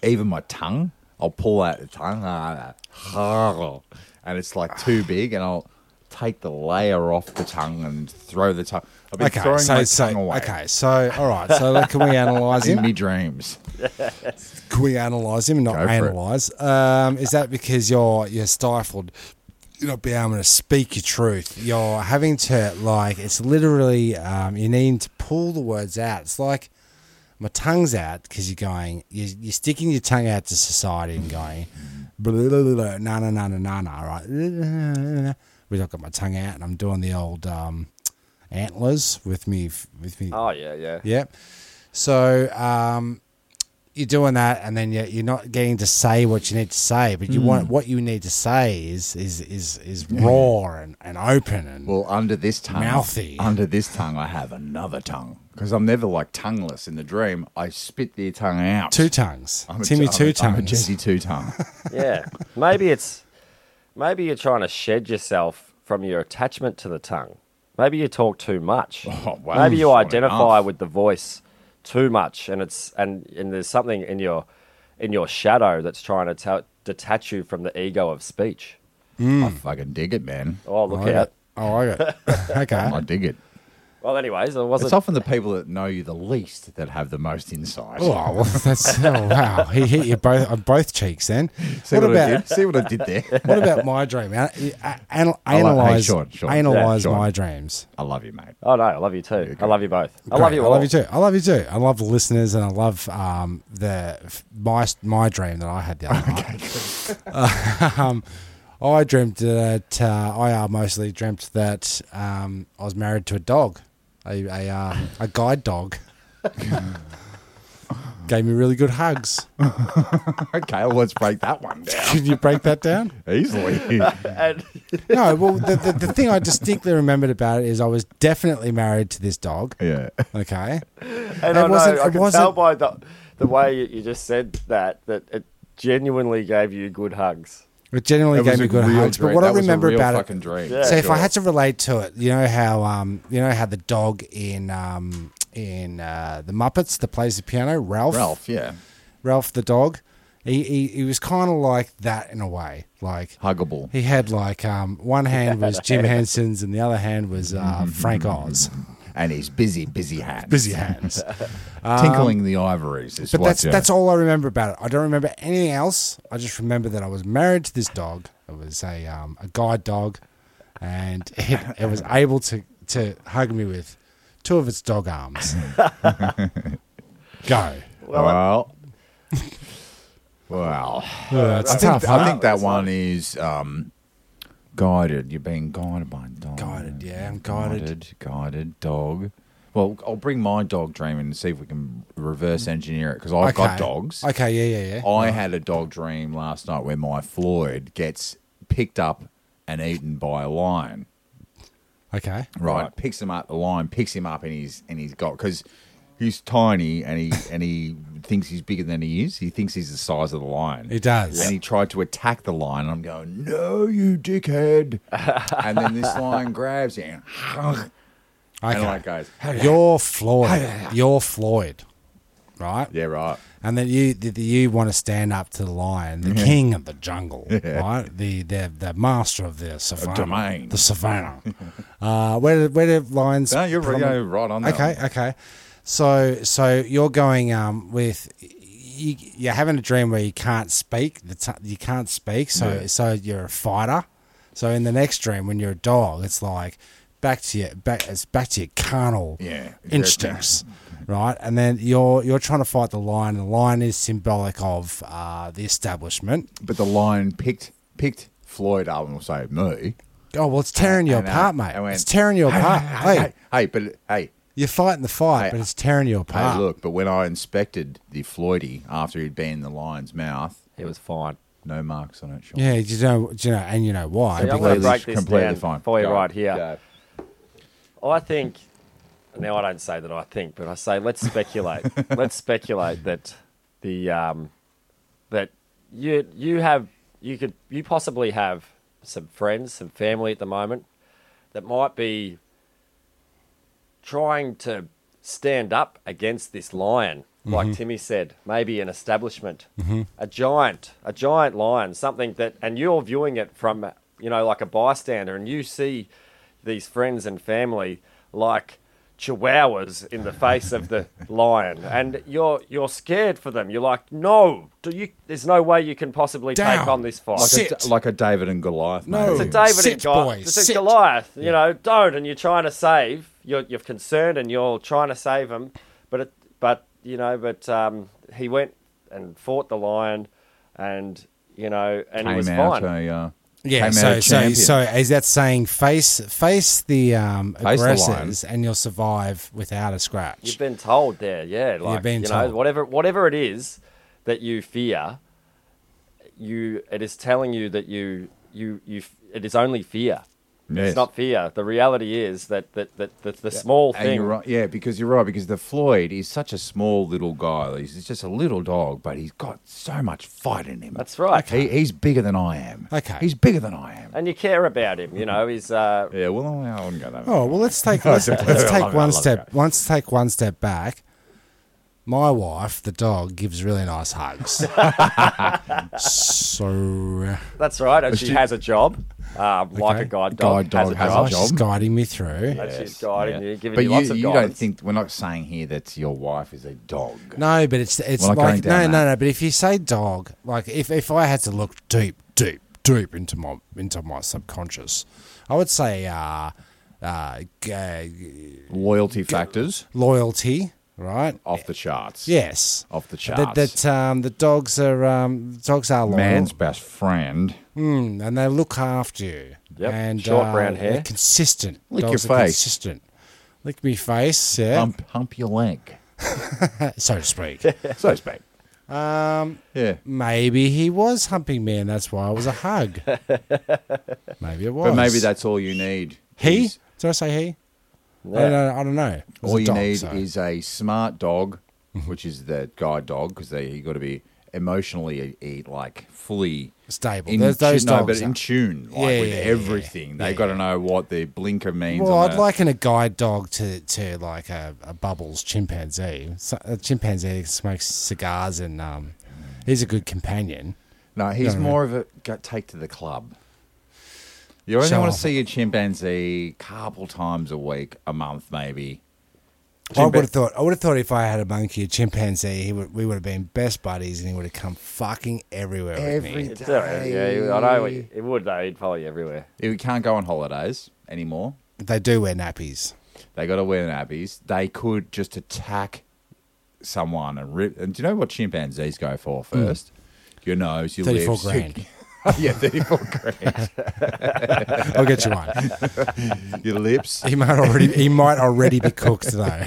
Speaker 1: even my tongue, I'll pull out the tongue, ah, ah, and it's like too
Speaker 2: Ah.
Speaker 1: big, and I'll take the layer off the tongue and throw the tongue. I've been
Speaker 2: Okay,
Speaker 1: throwing my
Speaker 2: so,
Speaker 1: tongue
Speaker 2: so
Speaker 1: away
Speaker 2: okay, so all right, so like, can we analyze
Speaker 1: in
Speaker 2: him?
Speaker 1: me dreams.
Speaker 2: Can we analyze him and not
Speaker 1: Go for it.
Speaker 2: analyze? Um, is that because you're you're stifled? You're not being able to speak your truth. You're having to like it's literally um, you need to pull the words out. It's like my tongue's out because you're going you're, you're sticking your tongue out to society and going blah blah blah na na na na na na right. But I've got my tongue out and I'm doing the old um, antlers with me f- with me
Speaker 3: oh yeah, yeah.
Speaker 2: Yep. So um, you're doing that, and then you're, you're not getting to say what you need to say, but you
Speaker 1: Mm.
Speaker 2: want what you need to say is is is is raw and, and open and
Speaker 1: Well, under this tongue,
Speaker 2: Mouthy.
Speaker 1: under this tongue, I have another tongue because I'm never like tongueless in the dream. I spit the tongue out.
Speaker 2: two tongues.
Speaker 1: I'm a-
Speaker 2: Timmy
Speaker 1: I'm a-
Speaker 2: two
Speaker 1: I'm a
Speaker 2: tongues.
Speaker 1: Jesse two tongue.
Speaker 3: yeah. Maybe it's maybe you're trying to shed yourself from your attachment to the tongue. Maybe you talk too much.
Speaker 1: Oh, wow.
Speaker 3: Maybe you
Speaker 1: Fair
Speaker 3: identify
Speaker 1: enough.
Speaker 3: with the voice too much, and it's and, and there's something in your in your shadow that's trying to tell detach you from the ego of speech.
Speaker 1: I fucking dig it, man.
Speaker 3: Oh, look
Speaker 2: I like
Speaker 3: out!
Speaker 2: it. I like it.
Speaker 1: I
Speaker 2: Okay.
Speaker 1: dig it.
Speaker 3: Well, anyways, it wasn't.
Speaker 1: It's often the people that know you the least that have the most insight.
Speaker 2: Oh well, that's oh, wow. He hit you both on both cheeks. Then
Speaker 1: See
Speaker 2: what
Speaker 1: what, I
Speaker 2: about
Speaker 1: did? See what I did there.
Speaker 2: what about my dream? An- a- anal-
Speaker 1: hey,
Speaker 2: Analyze
Speaker 1: Sean, Sean. Yeah,
Speaker 2: analyze
Speaker 1: Sean.
Speaker 2: my dreams.
Speaker 1: I love you, mate.
Speaker 3: Oh no, I love you too. I love you both. I
Speaker 2: Great.
Speaker 3: love you all.
Speaker 2: I love you too. I love you too. I love the listeners, and I love um, the my my dream that I had the other night. um, I dreamt that uh, I uh, mostly dreamt that um, I was married to a dog, a a, uh, a guide dog. Gave me really good hugs.
Speaker 1: okay, well, let's break that one down
Speaker 2: Could you break that down?
Speaker 1: easily.
Speaker 3: And
Speaker 2: No, well, the, the, the thing I distinctly remembered about it is I was definitely married to this dog.
Speaker 1: yeah.
Speaker 2: Okay. It
Speaker 3: And I
Speaker 2: wasn't-
Speaker 3: know, I
Speaker 2: it
Speaker 3: can tell
Speaker 2: wasn't-
Speaker 3: by the, the way you, you just said that, that it genuinely gave you good hugs.
Speaker 2: It generally
Speaker 1: That was
Speaker 2: gave me
Speaker 1: a
Speaker 2: good
Speaker 1: real
Speaker 2: hugs. But
Speaker 1: dream.
Speaker 2: what
Speaker 1: That
Speaker 2: I
Speaker 1: was a
Speaker 2: remember
Speaker 1: real
Speaker 2: about
Speaker 1: fucking
Speaker 2: it.
Speaker 1: dream.
Speaker 3: Yeah,
Speaker 2: so if I
Speaker 1: sure.
Speaker 2: had to relate to it, you know how um, you know how the dog in um, in uh, the Muppets that plays the piano, Ralph,
Speaker 1: Ralph, yeah,
Speaker 2: Ralph the dog, he he, he was kind of like that in a way. Like
Speaker 1: huggable.
Speaker 2: he had like um, one hand was Jim Henson's and the other hand was uh, Frank Oz.
Speaker 1: and his busy, busy hands,
Speaker 2: Busy hands.
Speaker 1: tinkling the ivories. Is
Speaker 2: But
Speaker 1: what,
Speaker 2: that's
Speaker 1: uh,
Speaker 2: that's all I remember about it. I don't remember anything else. I just remember that I was married to this dog. It was a um, a guide dog, and it, it was able to to hug me with two of its dog arms. Go.
Speaker 1: Well, well,
Speaker 2: that's
Speaker 1: I
Speaker 2: tough.
Speaker 1: think, I think that one is um, guided. You're being guided by a dog.
Speaker 2: Guided, yeah, I'm guided.
Speaker 1: guided, guided dog. Well, I'll bring my dog dream and see if we can reverse engineer it because I've got dogs.
Speaker 2: Mm. Okay, yeah, yeah, yeah.
Speaker 1: I had a dog dream last night where my Floyd gets picked up and eaten by a lion. Oh.
Speaker 2: Okay.
Speaker 1: Right.
Speaker 3: Right.
Speaker 1: Picks him up. The lion picks him up, and he's and he's got because he's tiny, and he and he thinks he's bigger than he is. He thinks he's the size of the lion.
Speaker 2: It does.
Speaker 1: And he tried to attack the lion. I'm going, no, you dickhead! and then this lion grabs him, and
Speaker 2: Okay.
Speaker 1: like goes,
Speaker 2: You're Floyd. You're Floyd. Right?
Speaker 1: yeah, right.
Speaker 2: and then you that you want to stand up to the lion, the king of the jungle, right? The the the master of the savannah,
Speaker 1: domain.
Speaker 2: the savannah. uh, where do, where do lions?
Speaker 1: No, you're right,
Speaker 2: predomin-
Speaker 1: you're right on that.
Speaker 2: Okay,
Speaker 1: one.
Speaker 2: okay. So so you're going um with you, you're having a dream where you can't speak. The t- you can't speak. So
Speaker 1: Yeah.
Speaker 2: so you're a fighter. So in the next dream, when you're a dog, it's like back to your back. It's back to your carnal
Speaker 1: Yeah, exactly.
Speaker 2: instincts, right? And then you're you're trying to fight the lion. The lion is symbolic of uh, the establishment.
Speaker 1: But the lion picked picked Floyd up, and will say me.
Speaker 2: Oh well, it's tearing you
Speaker 1: And, uh,
Speaker 2: apart, mate.
Speaker 1: I went,
Speaker 2: it's tearing you apart. Hey,
Speaker 1: hey, hey, but hey,
Speaker 2: you're fighting the fight,
Speaker 1: Hey,
Speaker 2: but it's tearing you
Speaker 1: Hey,
Speaker 2: apart.
Speaker 1: look, but when I inspected the Floydie after he'd been in the lion's mouth,
Speaker 3: It was fine.
Speaker 1: no marks on it. Sean.
Speaker 2: Yeah, you know, you know, and you know why.
Speaker 3: See, I'm
Speaker 1: completely-
Speaker 3: going to break this
Speaker 1: completely
Speaker 3: down
Speaker 1: fine.
Speaker 3: for you
Speaker 1: Go,
Speaker 3: right here.
Speaker 1: go.
Speaker 3: I think, now I don't say that I think, but I say let's speculate. let's speculate that the um, that you you have you could you possibly have some friends, some family at the moment that might be trying to stand up against this lion, like Timmy said, maybe an establishment, a giant, a giant lion, something that, and you're viewing it from, you know, like a bystander, and you see these friends and family like chihuahuas in the face of the lion, and you're you're scared for them. You're like, no, do you? There's no way you can possibly
Speaker 2: Down.
Speaker 3: take on this fight.
Speaker 1: Like,
Speaker 2: Sit.
Speaker 1: A, like a David and Goliath.
Speaker 2: No.
Speaker 1: mate.
Speaker 2: It's
Speaker 3: It's a David
Speaker 2: Sit,
Speaker 3: and Goliath.
Speaker 2: boy,
Speaker 3: it's a
Speaker 2: sit.
Speaker 3: Goliath. You know, don't. And you're trying to save. You're you're concerned, and you're trying to save him. But it, but you know, but um, he went and fought the lion, and you know, and he was
Speaker 1: came out
Speaker 3: fine.
Speaker 1: a uh,
Speaker 2: Yeah,
Speaker 1: came out
Speaker 2: so
Speaker 1: a
Speaker 2: so
Speaker 1: champion.
Speaker 2: so is that saying face face the um,
Speaker 1: Face the lion.
Speaker 2: aggressors and you'll survive without a scratch?
Speaker 3: You've been told there, yeah. Like,
Speaker 2: been
Speaker 3: you
Speaker 2: told.
Speaker 3: know, whatever whatever it is that you fear, you it is telling you that you you you f- it is only fear.
Speaker 1: Yes.
Speaker 3: It's not fear. The reality is that that that, that the small
Speaker 1: And
Speaker 3: thing
Speaker 1: you're right, yeah, because you're right. Because the Floyd is such a small little guy. He's he's just a little dog, but he's got so much fight in him.
Speaker 3: That's right.
Speaker 1: He, he's bigger than I am.
Speaker 2: Okay.
Speaker 1: He's bigger than I am.
Speaker 3: and you care about him. You know, he's uh,
Speaker 1: Yeah. Well, I wouldn't go that.
Speaker 2: Oh well, let's take let's, let's
Speaker 1: I love it, I
Speaker 2: take one
Speaker 1: love
Speaker 2: step. Let's take one step back. My wife, the dog, gives really nice hugs. so
Speaker 3: that's right. And she
Speaker 1: she-
Speaker 3: has a job, um, like a
Speaker 2: Okay.
Speaker 3: guide dog,
Speaker 1: Guide dog
Speaker 3: has a
Speaker 1: has a
Speaker 3: job.
Speaker 1: job.
Speaker 2: she's guiding me through.
Speaker 3: And she's guiding you, giving
Speaker 1: but
Speaker 3: you
Speaker 1: you,
Speaker 3: lots of
Speaker 1: you don't
Speaker 3: guidance.
Speaker 1: think we're not saying here that your wife is a dog.
Speaker 2: No, but it's it's
Speaker 1: We're not going
Speaker 2: like no,
Speaker 1: down that.
Speaker 2: no, no. But if you say dog, like if if I had to look deep, deep, deep into my into my subconscious, I would say uh, uh, g-
Speaker 1: Loyalty factors
Speaker 2: loyalty, right?
Speaker 1: off the charts.
Speaker 2: Yes,
Speaker 1: Off the
Speaker 2: that,
Speaker 1: Oh, charts.
Speaker 2: that um, the dogs are um, dogs are loyal.
Speaker 1: man's best friend.
Speaker 2: Mm, and they look after you.
Speaker 3: Yep,
Speaker 2: And,
Speaker 3: short
Speaker 2: uh,
Speaker 3: brown hair.
Speaker 2: They're consistent.
Speaker 1: Lick
Speaker 2: Dogs
Speaker 1: your
Speaker 2: are
Speaker 1: face. Um,
Speaker 2: Consistent. Lick me face. Uh, Yeah.
Speaker 1: Hump, hump your leg.
Speaker 2: so to speak.
Speaker 1: so to speak.
Speaker 2: Um,
Speaker 1: Yeah.
Speaker 2: maybe he was humping me, and that's why it was a hug. maybe it was.
Speaker 1: But maybe that's all you need.
Speaker 2: he.
Speaker 1: is-
Speaker 2: Did I say he? I,
Speaker 3: Yeah.
Speaker 2: don't know, I don't know. It was
Speaker 1: all
Speaker 2: a
Speaker 1: you
Speaker 2: dog, Mm-hmm.
Speaker 1: need
Speaker 2: so-
Speaker 1: is a smart dog, which is the guide dog, because they you got to be emotionally e- like fully
Speaker 2: stable.
Speaker 1: in
Speaker 2: There's those
Speaker 1: tune, no,
Speaker 2: dogs.
Speaker 1: but
Speaker 2: that-
Speaker 1: in tune, like
Speaker 2: Yeah,
Speaker 1: with
Speaker 2: yeah, yeah,
Speaker 1: everything.
Speaker 2: yeah.
Speaker 1: they
Speaker 2: Yeah,
Speaker 1: got to know what the blinker means.
Speaker 2: well,
Speaker 1: on
Speaker 2: I'd
Speaker 1: the-
Speaker 2: liken a guide dog to, to like a, a Bubbles chimpanzee. So, a chimpanzee smokes cigars and um, he's a good companion.
Speaker 1: No, he's
Speaker 2: No, no.
Speaker 1: more of a go, take to the club. You only
Speaker 2: Show
Speaker 1: want to
Speaker 2: off.
Speaker 1: see a chimpanzee a couple times a week, a month maybe.
Speaker 2: I
Speaker 1: Chimpa-
Speaker 2: would have thought. I would have thought if I had a monkey, a chimpanzee, he would, we would have been best buddies, and he would have come fucking everywhere with
Speaker 1: Every-
Speaker 2: me.
Speaker 3: It's all right. Yeah, I know he, he would. though. He'd probably everywhere.
Speaker 1: We can't go on holidays anymore.
Speaker 2: They do wear nappies.
Speaker 1: They got to wear nappies. They could just attack someone and rip. And do you know what chimpanzees go for first? Your nose, your
Speaker 2: Hmm. Thirty-four
Speaker 1: lips.
Speaker 2: grand.
Speaker 1: yeah, thirty-four grand.
Speaker 2: I'll get you one.
Speaker 1: your lips.
Speaker 2: He might already. He might already be cooked though.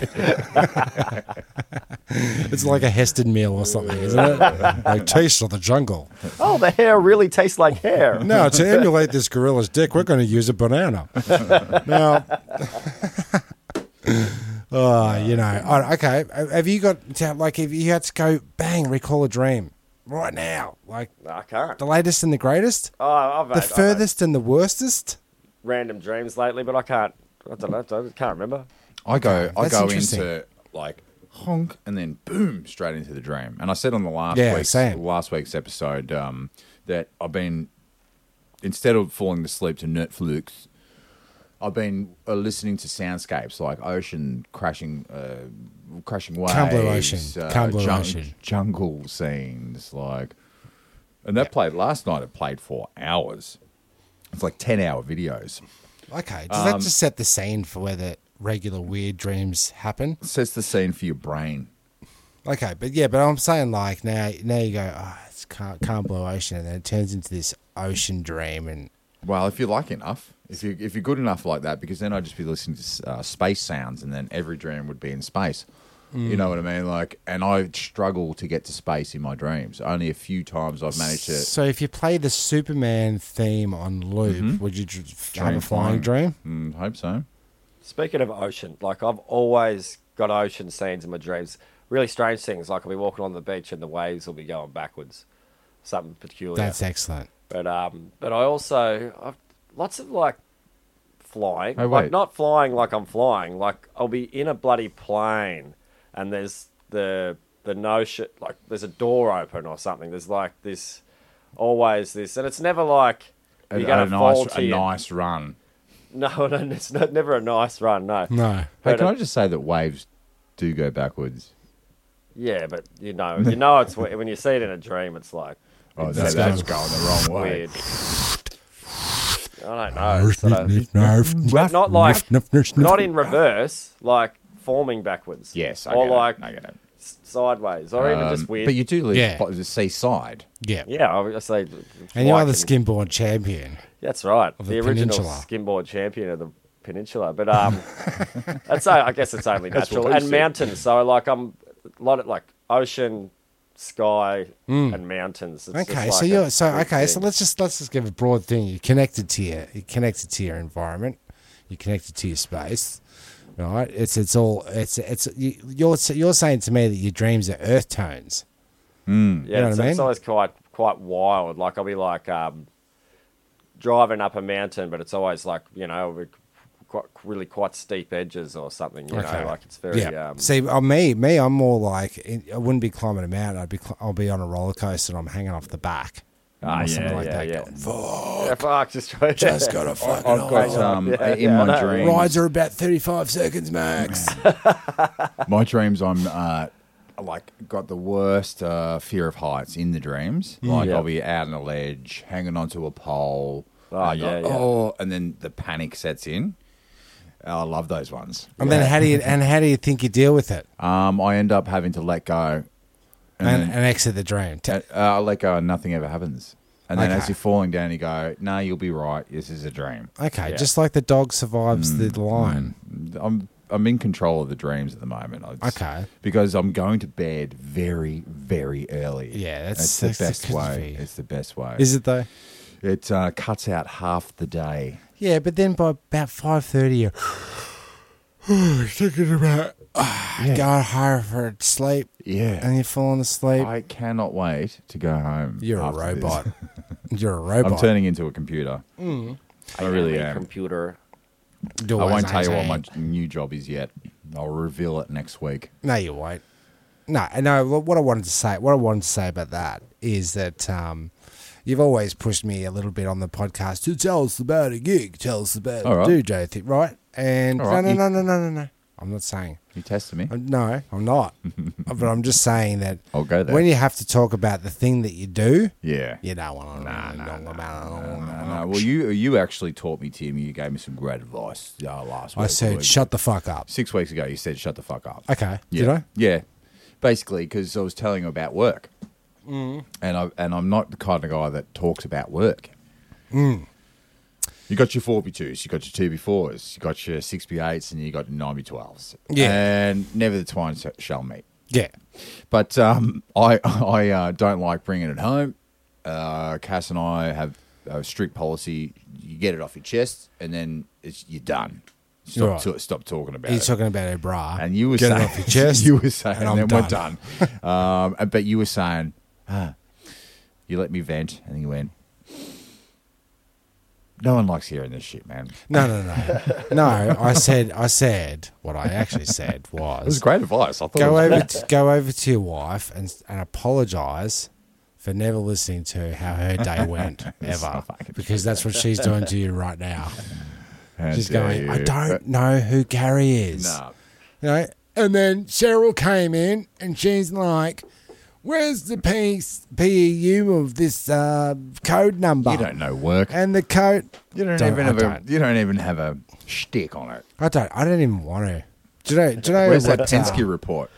Speaker 2: it's like a Heston meal or something, isn't it? Like taste of the jungle.
Speaker 3: Oh, the hair really tastes like hair.
Speaker 2: Now, to emulate this gorilla's dick, we're going to use a banana. now, oh, you know, oh, okay. Have you got to- like if you had to go bang, recall a dream right now, like
Speaker 3: No, I can't.
Speaker 2: the latest and the greatest,
Speaker 3: Oh, I've
Speaker 2: the
Speaker 3: had, I've had
Speaker 2: furthest and the worstest?
Speaker 3: random dreams lately, but I can't. I don't know. I can't remember.
Speaker 1: I go. I
Speaker 2: That's
Speaker 1: go
Speaker 2: interesting.
Speaker 1: into like honk, and then boom, straight into the dream. And I said on the last
Speaker 2: Yeah,
Speaker 1: week's
Speaker 2: same.
Speaker 1: last week's episode um, that I've been instead of falling asleep to Netflix, I've been uh, listening to soundscapes like ocean crashing, uh, crashing waves,
Speaker 2: Calm Blue Ocean,
Speaker 1: uh,
Speaker 2: Calm Blue Ocean.
Speaker 1: jungle scenes, like, and that played last night. It played for hours. It's like ten-hour videos.
Speaker 2: Okay, does that just set the scene for where the regular weird dreams happen?
Speaker 1: sets the scene for your brain.
Speaker 2: Okay, but yeah, but I'm saying like now, now you go, oh, it's can't, can't blow ocean, and then it turns into this ocean dream, and
Speaker 1: Well, if you like enough, if you if you're good enough like that, because then I'd just be listening to uh, space sounds, and then every dream would be in space. You
Speaker 3: Mm.
Speaker 1: know what I mean? Like, and I struggle to get to space in my dreams. Only a few times I've managed to.
Speaker 2: So if you play the Superman theme on loop,
Speaker 3: Mm-hmm.
Speaker 2: would you dr- have
Speaker 1: Dream
Speaker 2: a
Speaker 1: flying.
Speaker 2: flying dream?
Speaker 1: Mm, hope so.
Speaker 3: Speaking of ocean, like I've always got ocean scenes in my dreams. Really strange things. Like I'll be walking on the beach and the waves will be going backwards. Something peculiar.
Speaker 2: That's excellent.
Speaker 3: But um, but I also I've lots of like flying.
Speaker 1: Hey,
Speaker 3: like
Speaker 1: wait.
Speaker 3: not flying like I'm flying. Like I'll be in a bloody plane, and there's the the no shit. Like there's a door open or something. There's like this, always this, and it's never like
Speaker 1: A,
Speaker 3: you're
Speaker 1: a
Speaker 3: gonna fall
Speaker 1: nice,
Speaker 3: to
Speaker 1: a
Speaker 3: your-
Speaker 1: nice run.
Speaker 3: No, no, it's not, never a nice run. No.
Speaker 2: No.
Speaker 1: Hey,
Speaker 3: But
Speaker 1: can
Speaker 3: it-
Speaker 1: I just say that waves do go backwards?
Speaker 3: Yeah, but you know, you know, it's wh- when you see it in a dream, it's like
Speaker 1: Oh,
Speaker 2: That's
Speaker 1: that, that's
Speaker 2: going-
Speaker 1: going the wrong way.
Speaker 3: weird. I don't know. it's sort of- not
Speaker 2: Not
Speaker 3: like- not in reverse, like forming backwards.
Speaker 1: Yes, I
Speaker 3: or
Speaker 1: get it.
Speaker 3: like
Speaker 1: I get it.
Speaker 3: s- sideways, or even
Speaker 1: Um,
Speaker 3: just weird.
Speaker 1: But you do live
Speaker 2: Yeah.
Speaker 1: by the seaside.
Speaker 2: Yeah.
Speaker 3: yeah, I would say.
Speaker 2: And you are
Speaker 3: like
Speaker 2: the
Speaker 3: in-
Speaker 2: skimboard champion.
Speaker 3: That's right,
Speaker 2: of
Speaker 3: the,
Speaker 2: the
Speaker 3: original
Speaker 2: peninsula.
Speaker 3: skimboard champion of the peninsula. But um, that's I guess it's only natural
Speaker 1: what I
Speaker 3: and
Speaker 1: said.
Speaker 3: mountains. So like I'm a lot of like ocean, sky, and mountains. It's just
Speaker 2: Hmm. Okay,
Speaker 3: like
Speaker 2: so
Speaker 3: a
Speaker 2: you're so
Speaker 3: big
Speaker 2: okay. So
Speaker 3: thing.
Speaker 2: let's just let's just give a broad thing. You're connected to your you're connected to your environment. You're connected to your space, right? It's it's all it's it's you, you're you're saying to me that your dreams are earth tones.
Speaker 3: Yeah,
Speaker 2: You know
Speaker 3: it's,
Speaker 2: what I
Speaker 3: it's
Speaker 2: mean?
Speaker 3: always quite quite wild. Like I'll be like um, driving up a mountain, but it's always like you know with quite, really quite steep edges or something. You know, like it's very
Speaker 2: yeah.
Speaker 3: um,
Speaker 2: See, on me, me, I'm more like it- I wouldn't be climbing a mountain. I'd be, cl- I'll be on a roller coaster and I'm hanging off the back.
Speaker 3: ah,
Speaker 2: or
Speaker 3: yeah,
Speaker 2: something
Speaker 3: yeah,
Speaker 2: like that.
Speaker 3: yeah.
Speaker 2: Fuck,
Speaker 3: Yeah, fuck, just try
Speaker 2: just got a fucking
Speaker 1: I've got um,
Speaker 3: Yeah,
Speaker 1: in
Speaker 3: yeah, I
Speaker 1: my
Speaker 3: know.
Speaker 1: dreams.
Speaker 2: rides are about 35 seconds max.
Speaker 1: My dreams, I'm uh, like got the worst uh, fear of heights in the dreams.
Speaker 2: Mm.
Speaker 1: Like
Speaker 3: Yeah.
Speaker 1: I'll be out on a ledge, hanging onto a pole.
Speaker 2: Ah,
Speaker 3: Oh,
Speaker 1: and
Speaker 3: yeah,
Speaker 1: like,
Speaker 3: yeah.
Speaker 1: oh, and then the panic sets in. I love those ones.
Speaker 2: and then how do you and how do you think you deal with it
Speaker 1: Um, I end up having to let go, and,
Speaker 2: and,
Speaker 1: then,
Speaker 2: and exit the dream? T-
Speaker 1: uh, I let go, and nothing ever happens. And then
Speaker 2: Okay.
Speaker 1: as you're falling down, you go, "No, you'll be right. This is a dream."
Speaker 2: Okay,
Speaker 3: Yeah. Mm,
Speaker 2: just like the dog survives the lion.
Speaker 1: I'm I'm in control of the dreams at the moment. I just-
Speaker 2: Okay.
Speaker 1: Because I'm going to bed very very early.
Speaker 2: Yeah, that's-
Speaker 1: it's the
Speaker 2: that's- that
Speaker 1: best
Speaker 2: could
Speaker 1: way.
Speaker 2: be-
Speaker 1: It's the best way.
Speaker 2: Is it though?
Speaker 1: It uh, cuts out half the day.
Speaker 2: Yeah, but then by about five thirty, you're thinking about
Speaker 1: Yeah.
Speaker 2: going higher for sleep, and
Speaker 1: Yeah.
Speaker 2: you're falling asleep.
Speaker 1: I cannot wait to go home.
Speaker 2: you're a
Speaker 1: after this.
Speaker 2: robot. you're a
Speaker 1: I'm
Speaker 2: robot.
Speaker 1: turning into a computer. I really
Speaker 3: a
Speaker 1: am.
Speaker 3: Computer.
Speaker 2: You're
Speaker 1: I won't
Speaker 2: always
Speaker 1: tell you what my
Speaker 2: insane.
Speaker 1: new job is yet. I'll reveal it next week.
Speaker 2: No, you won't. No, no. wh- What I wanted to say, what I wanted to say about that is that um, you've always pushed me a little bit on the podcast to tell us about a gig, tell us about
Speaker 1: All right.
Speaker 2: do DJ thing, right? And
Speaker 1: All right,
Speaker 2: no,
Speaker 1: you-
Speaker 2: no, no, no, no, no, no. I'm not saying.
Speaker 1: You tested me.
Speaker 2: I'm- No, I'm not. but I'm just saying that
Speaker 1: I'll go there.
Speaker 2: when you have to talk about the thing that you do,
Speaker 1: yeah.
Speaker 2: you don't want to talk about it.
Speaker 1: Uh, well, you you actually taught me, Tim. You gave me some great advice uh, last week.
Speaker 2: I
Speaker 1: the
Speaker 2: said,
Speaker 1: week-
Speaker 2: shut the fuck up.
Speaker 1: six weeks ago. You said, "Shut the fuck up."
Speaker 2: Okay.
Speaker 1: Yeah.
Speaker 2: Did I?
Speaker 1: Yeah. Basically, because I was telling him about work, and I and I'm not the kind of guy that talks about work. You got your four b twos, you got your two b fours, you got your six b eights, and you got your nine b twelves.
Speaker 2: Yeah.
Speaker 1: and never the twine sh- shall meet.
Speaker 2: Yeah.
Speaker 1: But um, I I uh, don't like bringing it home. Uh, Cass and I have a strict policy: you get it off your chest, and then it's you're done. Stop
Speaker 2: Right.
Speaker 1: to- stop talking about
Speaker 2: He's
Speaker 1: it.
Speaker 2: talking about her bra.
Speaker 1: And you were
Speaker 2: Get it
Speaker 1: saying
Speaker 2: off your chest,
Speaker 1: you were saying,
Speaker 2: and
Speaker 1: and,
Speaker 2: I'm
Speaker 1: then we're done. um, and- but you were saying, ah, you let me vent, and you went. No one likes hearing this shit, man.
Speaker 2: No, no, no, no. I said, I said what I actually said
Speaker 1: It was
Speaker 2: was
Speaker 1: great advice. I thought it
Speaker 2: go
Speaker 1: was
Speaker 2: over, to, go over to your wife and and apologize for never listening to how her day went ever,
Speaker 1: fucking
Speaker 2: because that's what she's doing to you right now.
Speaker 1: How
Speaker 2: She's
Speaker 1: dare
Speaker 2: going, I
Speaker 1: you."
Speaker 2: don't know who Gary is.
Speaker 1: Nah.
Speaker 2: You know? And then Cheryl came in and she's like, Where's the piece, PEU of this uh, code number?
Speaker 1: You don't know work.
Speaker 2: And the code.
Speaker 1: You don't,
Speaker 2: Don't-
Speaker 1: even
Speaker 2: I
Speaker 1: have
Speaker 2: don't.
Speaker 1: a. You don't even have a shtick on it.
Speaker 2: I don't, I don't even want to. Do you know, do you know
Speaker 1: Where's that
Speaker 2: what, uh,
Speaker 1: Penske report?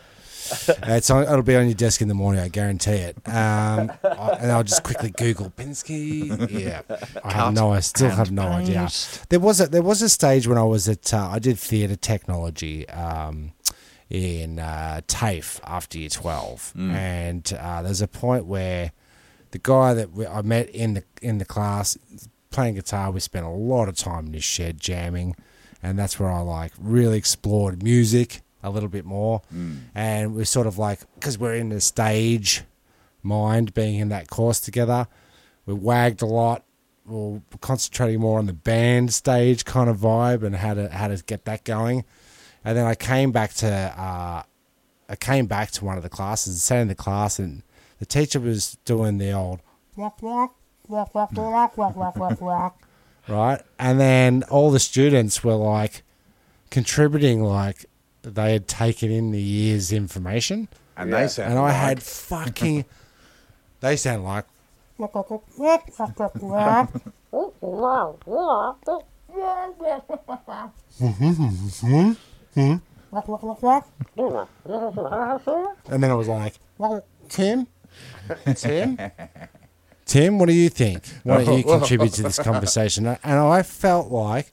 Speaker 2: It's on, it'll be on your desk in the morning, I guarantee it. Um, I- and I'll just quickly Google Pinsky. Yeah, I have no, I still have no idea. There was a there was a stage when I was at uh, I did theatre technology um, in uh, TAFE after year twelve, and uh, there's a point where the guy that we, I met in the in the class playing guitar, we spent a lot of time in his shed jamming, and that's where I like really explored music a little bit more, and we're sort of like because we're in the stage mind being in that course together, we wagged a lot. We We're concentrating more on the band stage kind of vibe and how to how to get that going, and then I came back to uh, I came back to one of the classes and sat in the class, and the teacher was doing the old
Speaker 4: Walk, walk, walk, walk, walk, walk, walk, walk, walk.
Speaker 2: right? And then all the students were like contributing, like they had taken in the year's information,
Speaker 1: And
Speaker 3: Yeah.
Speaker 1: they sound.
Speaker 2: and I
Speaker 1: like-
Speaker 2: had fucking. they sound like
Speaker 4: Walk, walk, walk, walk, walk, walk, walk. Walk, walk, walk, walk.
Speaker 2: And then I was like,
Speaker 4: Walk.
Speaker 2: Tim, Tim, Tim, what do you think? Why don't you contribute to this conversation? And I felt like,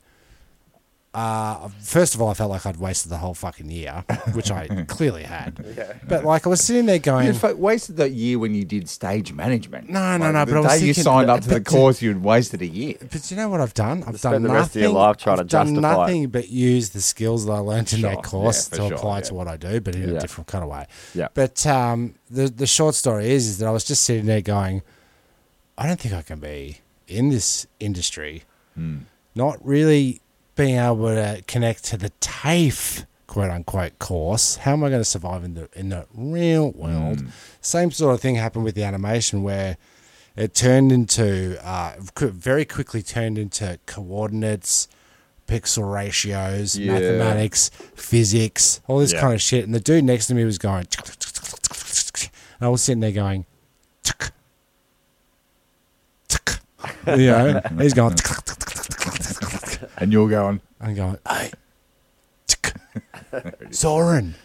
Speaker 2: uh, first of all, I felt like I'd wasted the whole fucking year, which I clearly had. But like, I was sitting there
Speaker 1: You
Speaker 2: going,
Speaker 1: fa- wasted that year when you did stage management.
Speaker 2: No, no,
Speaker 1: Like,
Speaker 2: no,
Speaker 1: The
Speaker 2: but I was
Speaker 1: day you
Speaker 2: thinking-
Speaker 1: signed up to the
Speaker 2: but-
Speaker 1: course, you'd wasted a year.
Speaker 2: But you know what I've done? I've done
Speaker 3: spend the
Speaker 2: nothing.
Speaker 3: rest of your life trying to
Speaker 2: I've done
Speaker 3: justify it.
Speaker 2: nothing but use the skills that I learned in
Speaker 1: Sure,
Speaker 2: that course
Speaker 1: yeah,
Speaker 2: to
Speaker 1: for sure,
Speaker 2: apply
Speaker 1: yeah.
Speaker 2: to what I do, but in a
Speaker 3: Yeah.
Speaker 2: different kind of way.
Speaker 3: Yeah.
Speaker 2: But um, the the short story is is that I was just sitting there going, I don't think I can be in this industry. Not really being able to connect to the TAFE quote unquote course. How am I going to survive in the in the real world?
Speaker 1: Mm.
Speaker 2: Same sort of thing happened with the animation where it turned into uh, qu- very quickly turned into coordinates, pixel ratios,
Speaker 1: Yeah.
Speaker 2: mathematics, physics, all this
Speaker 1: Yeah.
Speaker 2: kind of shit. And the dude next to me was going, and I was sitting there going, tick, tick. you know, he's going,
Speaker 1: And you're going,
Speaker 2: I'm going, hey, tick, Soren,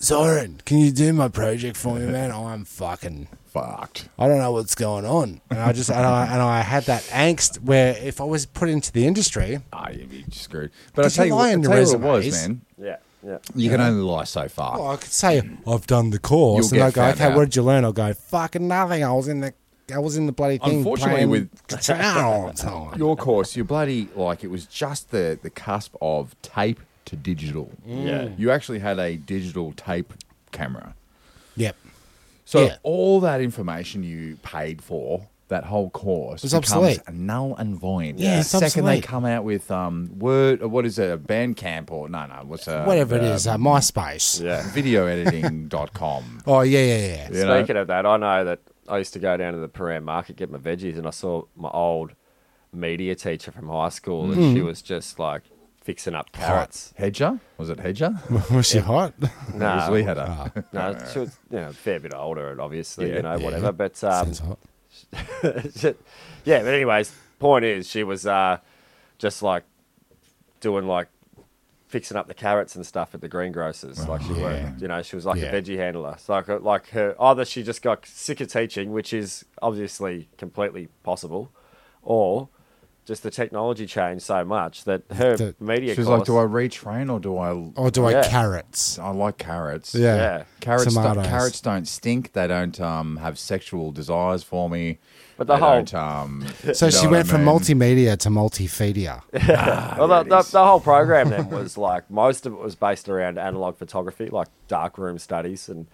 Speaker 2: Zoran, can you do my project for me, man? Oh, I'm fucking.
Speaker 1: Fucked.
Speaker 2: I don't know what's going on, and I just and I, and I had that angst where if I was put into the industry,
Speaker 1: Ah, you'd be screwed. But I
Speaker 2: Did
Speaker 1: tell
Speaker 2: you
Speaker 1: you, what,
Speaker 2: lie
Speaker 1: I
Speaker 2: in the
Speaker 1: tell you what it was,
Speaker 2: resumes?
Speaker 1: man.
Speaker 3: Yeah, yeah.
Speaker 1: You can only lie so far.
Speaker 2: well, oh, I could say I've done the course,
Speaker 1: You'll
Speaker 2: and I
Speaker 1: get
Speaker 2: go,
Speaker 1: found
Speaker 2: okay,
Speaker 1: out.
Speaker 2: what did you learn? I'll go, fucking nothing. I was in the I was in the bloody thing.
Speaker 1: Unfortunately,
Speaker 2: playing
Speaker 1: with-
Speaker 2: guitar all the time.
Speaker 1: Your course, you bloody like it was just the the cusp of tape to digital.
Speaker 3: Yeah.
Speaker 1: You actually had a digital tape camera.
Speaker 2: Yep,
Speaker 1: So
Speaker 2: Yeah.
Speaker 1: all that information you paid for, that whole course,
Speaker 2: It's
Speaker 1: becomes
Speaker 2: obsolete.
Speaker 1: null and void.
Speaker 2: Yeah,
Speaker 1: the
Speaker 2: it's
Speaker 1: second they
Speaker 2: obsolete.
Speaker 1: come out with um, word, or what is it, Bandcamp or no, no, what's a,
Speaker 2: whatever it is, uh,
Speaker 1: Um,
Speaker 2: MySpace.
Speaker 3: Yeah.
Speaker 1: videoediting.com.
Speaker 2: Oh yeah, yeah, yeah.
Speaker 1: You know?
Speaker 3: Speaking of that, I know that I used to go down to the Param Market get my veggies, and I saw my old media teacher from high school,
Speaker 2: Hmm.
Speaker 3: and she was just like fixing up carrots.
Speaker 1: Hedger? Was it Hedger?
Speaker 2: Was she hot?
Speaker 1: Um,
Speaker 3: No,
Speaker 1: It was Lee Hedder.
Speaker 3: no, she was you know, a fair bit older, and obviously,
Speaker 1: Yeah.
Speaker 3: you know,
Speaker 2: Yeah.
Speaker 3: whatever. But um,
Speaker 2: Sounds hot.
Speaker 3: yeah, but anyways, point is, she was uh, just like doing like fixing up the carrots and stuff at the greengrocers. like she
Speaker 2: yeah.
Speaker 3: worked, you know, she was like
Speaker 2: Yeah.
Speaker 3: a veggie handler. So like, uh, like her either she just got sick of teaching, which is obviously completely possible, or just the technology changed so much that her
Speaker 2: The-
Speaker 3: media.
Speaker 1: She was
Speaker 3: course,
Speaker 1: like, do I retrain or do I...
Speaker 2: Or do I
Speaker 3: Yeah.
Speaker 2: carrots?
Speaker 1: I like carrots.
Speaker 2: Oh. Yeah.
Speaker 3: Yeah.
Speaker 1: Carrots don't,
Speaker 2: Tomatoes.
Speaker 1: carrots don't stink. They don't um, have sexual desires for me.
Speaker 3: But the
Speaker 1: They
Speaker 3: whole-
Speaker 1: don't, um,
Speaker 2: So
Speaker 1: you
Speaker 2: she
Speaker 1: know what
Speaker 2: went
Speaker 1: I
Speaker 2: from
Speaker 1: mean?
Speaker 2: multimedia to multifedia.
Speaker 3: Well, the,
Speaker 1: it
Speaker 3: the,
Speaker 1: is.
Speaker 3: the whole program then was like most of it was based around analog photography, like darkroom studies, and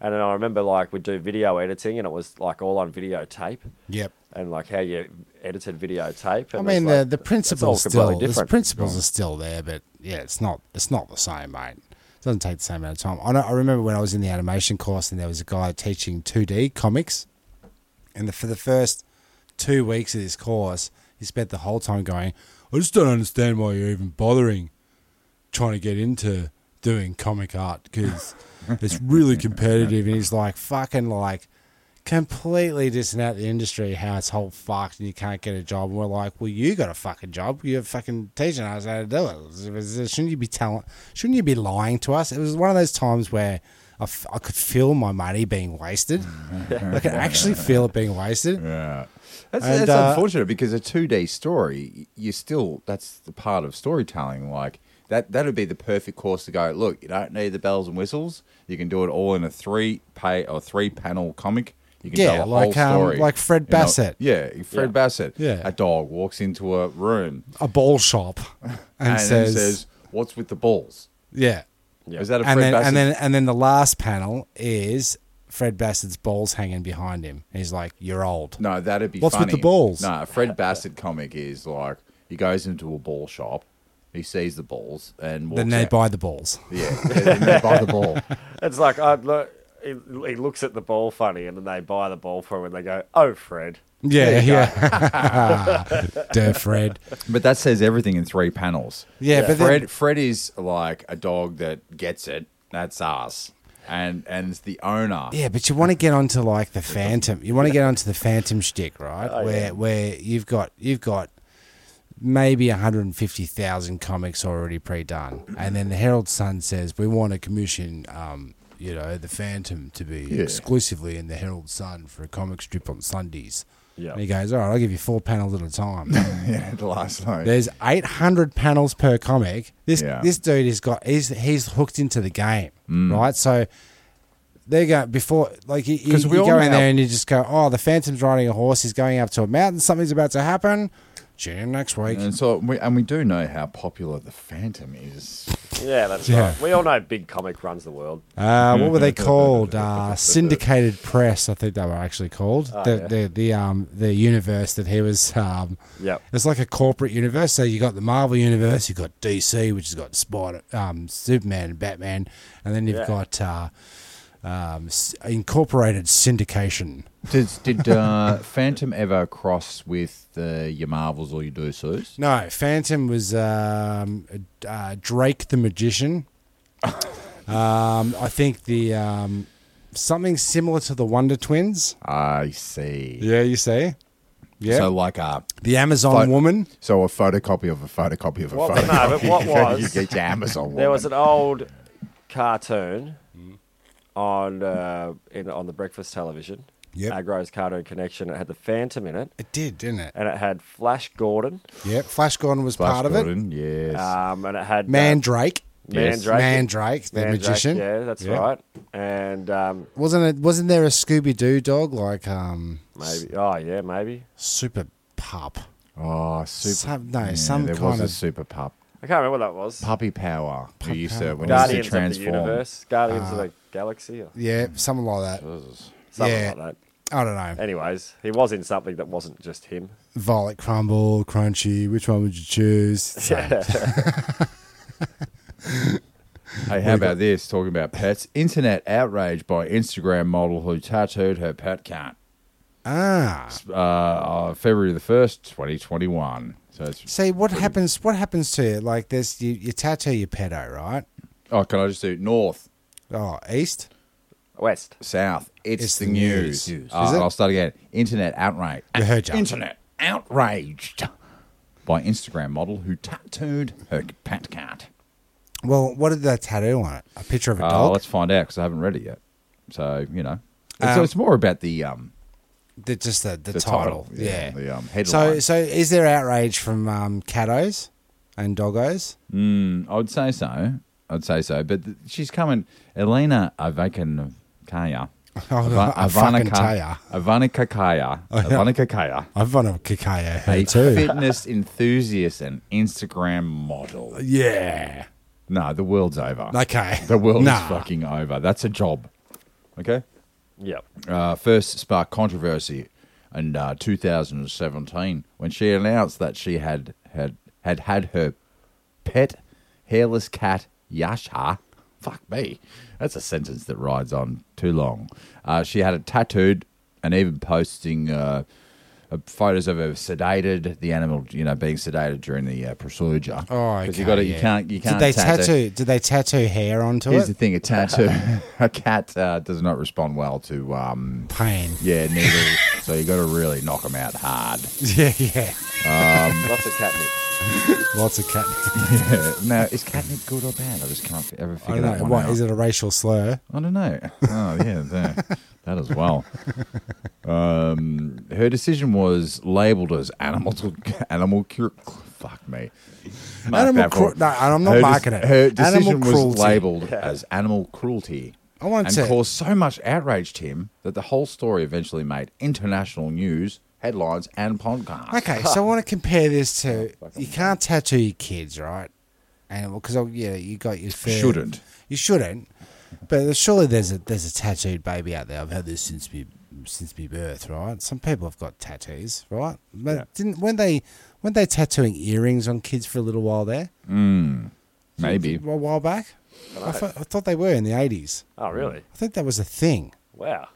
Speaker 3: and then I remember like we'd do video editing, and it was like all on videotape,
Speaker 2: Yep.
Speaker 3: and like how you edited videotape.
Speaker 2: I
Speaker 3: And
Speaker 2: mean
Speaker 3: it's like,
Speaker 2: the the
Speaker 3: that's all
Speaker 2: principles
Speaker 3: completely
Speaker 2: still the
Speaker 3: different. Hmm.
Speaker 2: principles are still there, but yeah, it's not it's not the same, mate. It doesn't take the same amount of time. I know, I remember when I was in the animation course and there was a guy teaching 2D comics, and the, for the first two weeks of this course, he spent the whole time going, "I just don't understand why you're even bothering trying to get into doing comic art because it's really competitive." And he's like, "Fucking like." completely dissing out the industry, how it's whole fucked and you can't get a job. And we're like, well, you got a fucking job. You're fucking teaching us how to do it. Shouldn't you be telling? Shouldn't you be lying to us? It was one of those times where I, f- I could feel my money being wasted. I could actually feel it being wasted.
Speaker 1: Yeah. That's,
Speaker 2: And,
Speaker 1: that's
Speaker 2: uh,
Speaker 1: unfortunate because a 2D story, you still, that's the part of storytelling. Like, that, that would be the perfect course to go, look, you don't need the bells and whistles. You can do it all in a three pay or three panel comic. You can
Speaker 2: Yeah,
Speaker 1: tell a
Speaker 2: like, um,
Speaker 1: whole story.
Speaker 2: like Fred
Speaker 1: You know,
Speaker 2: Bassett.
Speaker 1: yeah, Fred
Speaker 3: Yeah.
Speaker 1: Bassett.
Speaker 2: Yeah.
Speaker 1: A dog walks into a room
Speaker 2: A ball shop and,
Speaker 1: and, then
Speaker 2: says,
Speaker 1: says, what's with the balls?
Speaker 2: yeah.
Speaker 3: Yeah.
Speaker 1: Is that a Fred
Speaker 2: And then,
Speaker 1: Bassett?
Speaker 2: and then and then the last panel is Fred Bassett's balls hanging behind him. And he's like, "You're old."
Speaker 1: No, that'd be
Speaker 2: What's with
Speaker 1: funny.
Speaker 2: the balls?
Speaker 1: No, a Fred Bassett comic is like he goes into a ball shop, he sees the balls, and walks
Speaker 2: then they
Speaker 1: out.
Speaker 2: buy the balls.
Speaker 1: Yeah, then they buy the ball.
Speaker 3: It's like I look. He, he looks at the ball funny, and then they buy the ball for him, and they go, "Oh, Fred."
Speaker 2: Yeah, yeah. Dear Fred.
Speaker 1: But that says everything in three panels.
Speaker 2: Yeah, but then-
Speaker 1: Fred Fred is like a dog that gets it. That's us, and and it's the owner.
Speaker 2: Yeah, but you want to get onto like the phantom. You want to get onto the phantom shtick, right? where where you've got you've got maybe 150,000 comics already pre-done, and then the Herald Sun says we want to commission, um, you know, the Phantom to be exclusively in the Herald Sun for a comic strip on Sundays.
Speaker 3: Yeah.
Speaker 2: and he goes, all right, I'll give you four panels at a time.
Speaker 1: Yeah, the last line.
Speaker 2: There's 800 panels per comic. This
Speaker 1: Yeah. Mm.
Speaker 2: this dude has got he's he's hooked into the game, right? So they go before like you, you,
Speaker 1: 'Cause we
Speaker 2: you
Speaker 1: all
Speaker 2: go in
Speaker 1: now-
Speaker 2: there and you just go, oh, the Phantom's riding a horse. He's going up to a mountain. Something's about to happen. Tune in next week.
Speaker 1: And so we, and we do know how popular the Phantom is.
Speaker 3: Yeah, that's
Speaker 2: Yeah.
Speaker 3: right. We all know big comic runs the world.
Speaker 2: Uh, what were they called? Uh, syndicated press, I think they were actually called.
Speaker 1: Ah,
Speaker 2: the, the the um the universe that he was um
Speaker 3: Yep.
Speaker 2: It's like a corporate universe. So you got the Marvel universe, you got DC, which has got Spider, um, Superman, and Batman, and then you've
Speaker 3: Yeah.
Speaker 2: got uh, um, s- Incorporated Syndication.
Speaker 1: Did did uh, Phantom ever cross with uh, your Marvels or your DCs?
Speaker 2: No, Phantom was um, uh, Drake the Magician. um, I think the um, something similar to the Wonder Twins.
Speaker 1: I see.
Speaker 2: Yeah, you see. uh, Yeah,
Speaker 1: So like a
Speaker 2: the Amazon
Speaker 1: But-
Speaker 2: woman.
Speaker 1: so a photocopy of a photocopy of a
Speaker 3: What- no,
Speaker 1: photocopy.
Speaker 3: but what
Speaker 1: you
Speaker 3: was-
Speaker 1: get your Amazon
Speaker 3: There was
Speaker 1: woman.
Speaker 3: an old cartoon
Speaker 2: Mm.
Speaker 3: on uh, in on the breakfast television.
Speaker 2: Yep.
Speaker 3: Agro's Cartoon Connection. It had the Phantom in it,
Speaker 2: It did, didn't it?
Speaker 3: and it had Flash Gordon.
Speaker 2: Yep. Flash Gordon was part of it.
Speaker 1: Yes.
Speaker 3: Um, and it had uh,
Speaker 2: Mandrake.
Speaker 1: Yes.
Speaker 3: Mandrake.
Speaker 2: Mandrake, the
Speaker 3: Mandrake,
Speaker 2: magician.
Speaker 3: Yeah, that's
Speaker 2: Yeah.
Speaker 3: right. And um,
Speaker 2: Wasn't it? Wasn't there a Scooby Doo dog like um
Speaker 3: maybe. Oh yeah, maybe.
Speaker 2: Super Pup?
Speaker 1: oh, super.
Speaker 2: Some, no,
Speaker 1: yeah,
Speaker 2: some
Speaker 1: there
Speaker 2: kind
Speaker 1: was a
Speaker 2: of
Speaker 1: super pup.
Speaker 3: I can't remember what that was.
Speaker 1: Puppy power. who used to,
Speaker 2: power.
Speaker 1: when he used to
Speaker 3: Guardians of the
Speaker 1: transform.
Speaker 3: Universe, Guardians
Speaker 2: Ah.
Speaker 3: of the Galaxy, or
Speaker 2: yeah,
Speaker 1: Hmm.
Speaker 2: something like that.
Speaker 3: something
Speaker 2: Yeah.
Speaker 3: like
Speaker 2: I don't know.
Speaker 3: that. Anyways, he was in something that wasn't just him.
Speaker 2: Violet Crumble, Crunchy. Which one would you choose?
Speaker 1: Hey, how about this? Talking about pets. Internet outrage by Instagram model who tattooed her pet cat.
Speaker 2: Ah.
Speaker 1: Uh, uh, February the 1st, 2021. So it's.
Speaker 2: See what happens. What happens to it? Like this, you, you tattoo your pedo, right?
Speaker 1: Oh, can I just do north,
Speaker 2: Oh, east.
Speaker 3: West.
Speaker 1: south? It's,
Speaker 2: It's
Speaker 1: the
Speaker 2: the
Speaker 1: news.
Speaker 2: news.
Speaker 1: Uh,
Speaker 2: Is it?
Speaker 1: I'll start again. Internet outrage.
Speaker 2: You heard ya.
Speaker 1: Internet outraged by Instagram model who tattooed her pet cat.
Speaker 2: Well, what did they tattoo on it? A picture of a
Speaker 1: Uh,
Speaker 2: dog.
Speaker 1: Let's find out because I haven't read it yet. So you know, it's,
Speaker 2: Um,
Speaker 1: it's more about the um
Speaker 2: The, just the, the,
Speaker 1: the
Speaker 2: title.
Speaker 1: title,
Speaker 2: Yeah.
Speaker 1: the um, headline.
Speaker 2: so so is there outrage from um, cattos and doggos?
Speaker 1: Mm, I would say so. I'd say so. But th- she's coming, Elena Ivanakaya. Iva-
Speaker 2: Oh, I fucking tell ya.
Speaker 1: Ivanka- Ivanakakaya.
Speaker 2: yeah.
Speaker 1: Ivanakakaya.
Speaker 2: I've got a kakayo
Speaker 1: A
Speaker 2: head too.
Speaker 1: fitness enthusiast and Instagram model.
Speaker 2: yeah.
Speaker 1: No, the world's over.
Speaker 2: Okay.
Speaker 1: The world
Speaker 2: Nah.
Speaker 1: is fucking over. That's a job. Okay?
Speaker 3: Yep.
Speaker 1: uh, first sparked controversy in uh, 2017 when she announced that she had had had, had her pet hairless cat Yasha. Fuck me, that's a sentence that rides on too long. Uh, she had it tattooed and even posting uh, uh, photos of her sedated, the animal, you know, being sedated during the uh, procedure.
Speaker 2: Oh, okay.
Speaker 1: 'Cause you got to, you
Speaker 2: yeah.
Speaker 1: can't, you can't.
Speaker 2: Did they tattoo? Did they tattoo hair onto
Speaker 1: Here's the
Speaker 2: it?
Speaker 1: thing: a tattoo, a cat uh, does not respond well to um,
Speaker 2: Pain.
Speaker 1: yeah, needle. so you got to really knock them out hard.
Speaker 2: Yeah, yeah.
Speaker 3: Lots of catnip.
Speaker 2: Lots of cat.
Speaker 1: now, is catnip good or bad? I just can't ever
Speaker 2: I
Speaker 1: figure
Speaker 2: don't
Speaker 1: that
Speaker 2: know.
Speaker 1: one
Speaker 2: What
Speaker 1: out.
Speaker 2: is it? A racial slur?
Speaker 1: I don't know. Oh yeah, that, that as well. Um, her decision was labelled as animal animal cure. Fuck me. Mark
Speaker 2: Animal
Speaker 1: that
Speaker 2: cru-
Speaker 1: for-
Speaker 2: no, and I'm not
Speaker 1: her
Speaker 2: marking it.
Speaker 1: Her decision
Speaker 2: Animal
Speaker 1: was
Speaker 2: cruelty.
Speaker 1: labelled as animal cruelty.
Speaker 2: I want
Speaker 1: and
Speaker 2: to-
Speaker 1: caused so much outrage, Tim, that the whole story eventually made international news headlines and podcasts.
Speaker 2: Okay, so I want to compare this to you can't tattoo your kids, right? And because yeah, you got your fair,
Speaker 1: Shouldn't.
Speaker 2: you shouldn't. But surely there's a there's a tattooed baby out there. I've had this since me since me birth, right? Some people have got tattoos, right? But didn't when they weren't they tattooing earrings on kids for a little while there,
Speaker 1: Maybe.
Speaker 2: a while back. I, thought- I thought they were in the eighties.
Speaker 3: Oh really?
Speaker 2: I think that was a thing.
Speaker 3: Wow.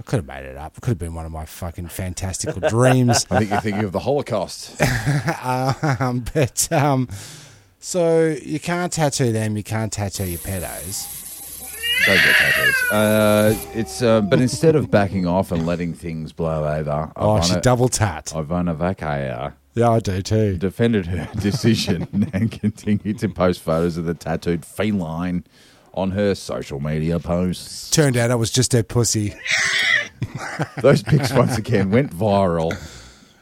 Speaker 2: I could have made it up. It could have been one of my fucking fantastical dreams.
Speaker 1: I think you're thinking of the Holocaust.
Speaker 2: Um, but um, so you can't tattoo them. You can't tattoo your pedos.
Speaker 1: Don't get tattoos. Uh, it's uh, but instead of backing off and letting things blow over,
Speaker 2: Oh, she
Speaker 1: Ivana,
Speaker 2: double tat.
Speaker 1: Ivana Vakaya
Speaker 2: Yeah, I do too.
Speaker 1: defended her decision and continued to post photos of the tattooed feline on her social media posts.
Speaker 2: Turned out it was just her pussy.
Speaker 1: Those pics once again went viral,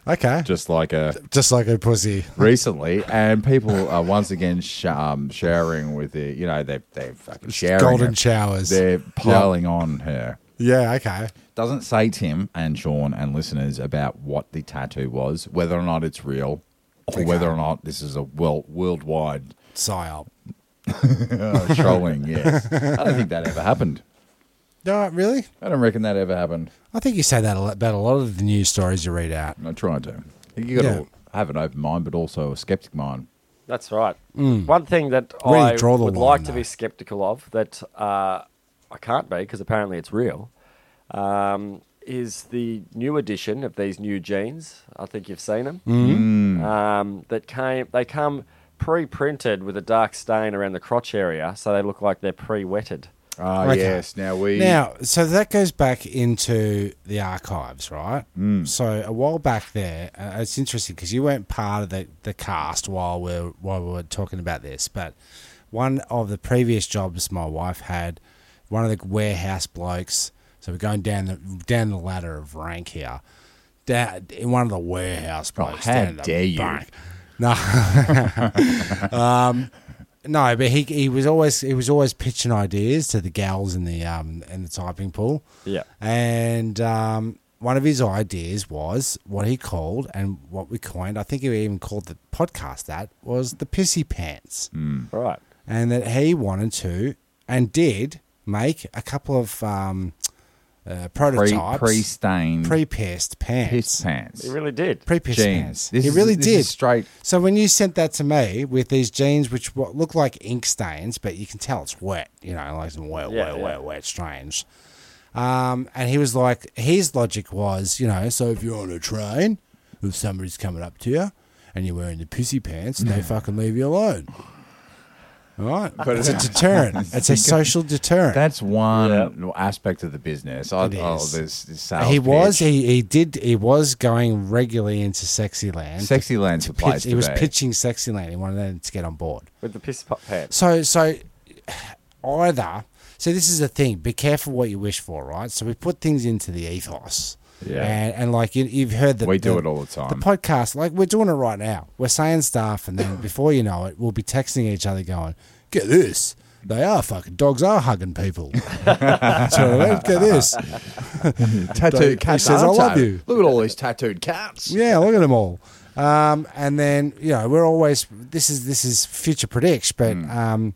Speaker 2: Okay,
Speaker 1: just
Speaker 2: just,
Speaker 1: like uh,
Speaker 2: like her pussy.
Speaker 1: recently, and people are once again sh- um, showering with the you know they they fucking sharing
Speaker 2: Golden
Speaker 1: her.
Speaker 2: showers.
Speaker 1: They're piling on her.
Speaker 2: Yeah, okay.
Speaker 1: doesn't say Tim and Sean and listeners about what the tattoo was, whether or not it's real, or whether or not this is a world worldwide
Speaker 2: Psyop. Oh,
Speaker 1: uh, trolling. Yes, I don't think that ever happened.
Speaker 2: No, really?
Speaker 1: I don't reckon that ever happened.
Speaker 2: I think you say that a lot- about a lot of the news stories you read out.
Speaker 1: I tried to. You got to have an open mind, but also a skeptic mind.
Speaker 3: That's right. One thing that
Speaker 2: Where do Mm. you
Speaker 3: I
Speaker 2: draw the
Speaker 3: would
Speaker 2: line,
Speaker 3: like to
Speaker 2: though?
Speaker 3: be skeptical of that uh, I can't be because apparently it's real um, is the new edition of these new jeans. I think you've seen them.
Speaker 2: Mm-hmm.
Speaker 3: Um, that came. They come pre-printed with a dark stain around the crotch area, so they look like they're pre-wetted.
Speaker 1: Ah,
Speaker 2: Okay.
Speaker 1: yes. Now we
Speaker 2: Now, so that goes back into the archives, right? Mm. So a while back there, uh, it's interesting because you weren't part of the, the cast while we are while we were talking about this, but one of the previous jobs my wife had one of the warehouse blokes. So we're going down the down the ladder of rank here. Da- in one of the warehouse blokes.
Speaker 1: Oh, how
Speaker 2: down in the
Speaker 1: dare you.
Speaker 2: back. No, um, no, but he he was always he was always pitching ideas to the gals in the um in the typing pool.
Speaker 3: Yeah.
Speaker 2: And um, one of his ideas was what he called and what we coined, I think he even called the podcast that, was the pissy pants.
Speaker 1: Mm.
Speaker 3: All right.
Speaker 2: And that he wanted to and did make a couple of um, uh,
Speaker 1: Pre
Speaker 2: prototypes.
Speaker 1: pre stained
Speaker 2: pre pissed
Speaker 1: piss
Speaker 2: pants.
Speaker 1: pants.
Speaker 3: He really did.
Speaker 2: Pre pissed
Speaker 1: Jeans.
Speaker 2: pants.
Speaker 1: This
Speaker 2: he
Speaker 1: is-
Speaker 2: really
Speaker 1: this
Speaker 2: did.
Speaker 1: is straight-
Speaker 2: So when you sent that to me with these jeans, which wa- look like ink stains, but you can tell it's wet, you know, like some wet,
Speaker 3: Yeah,
Speaker 2: wet,
Speaker 3: yeah.
Speaker 2: wet, wet stains. Um, and he was like, his logic was, you know, so if you're on a train, if somebody's coming up to you, and you're wearing the pissy pants, they fucking leave you alone. All right, but it's a deterrent. It's a social deterrent.
Speaker 1: That's one
Speaker 3: Yeah.
Speaker 1: aspect of the business. I,
Speaker 2: It
Speaker 1: oh,
Speaker 2: is.
Speaker 1: this, this sales
Speaker 2: he was.
Speaker 1: pitch.
Speaker 2: He, he did. He was going regularly into Sexy Land.
Speaker 1: sexy lands
Speaker 2: Pitch-
Speaker 1: applies
Speaker 2: he was
Speaker 1: today.
Speaker 2: pitching Sexy Land. He wanted them to get on board.
Speaker 3: With the piss pop pants.
Speaker 2: So so either so this is the thing. Be careful what you wish for, right? So we put things into the ethos.
Speaker 1: Yeah.
Speaker 2: And, and like you, you've heard that
Speaker 1: We do it all the time.
Speaker 2: The podcast, like we're doing it right now. We're saying stuff, and then before you know it, we'll be texting each other, going, "Get this." They are fucking dogs are hugging people. That's what I mean. Get this.
Speaker 1: tattooed cats.
Speaker 2: says,
Speaker 1: aren't
Speaker 2: "I love
Speaker 1: they?"
Speaker 2: you.
Speaker 1: Look at all these tattooed cats.
Speaker 2: Yeah, look at them all. Um, and then you know we're always this is this is future predicts, but
Speaker 1: Hmm.
Speaker 2: um,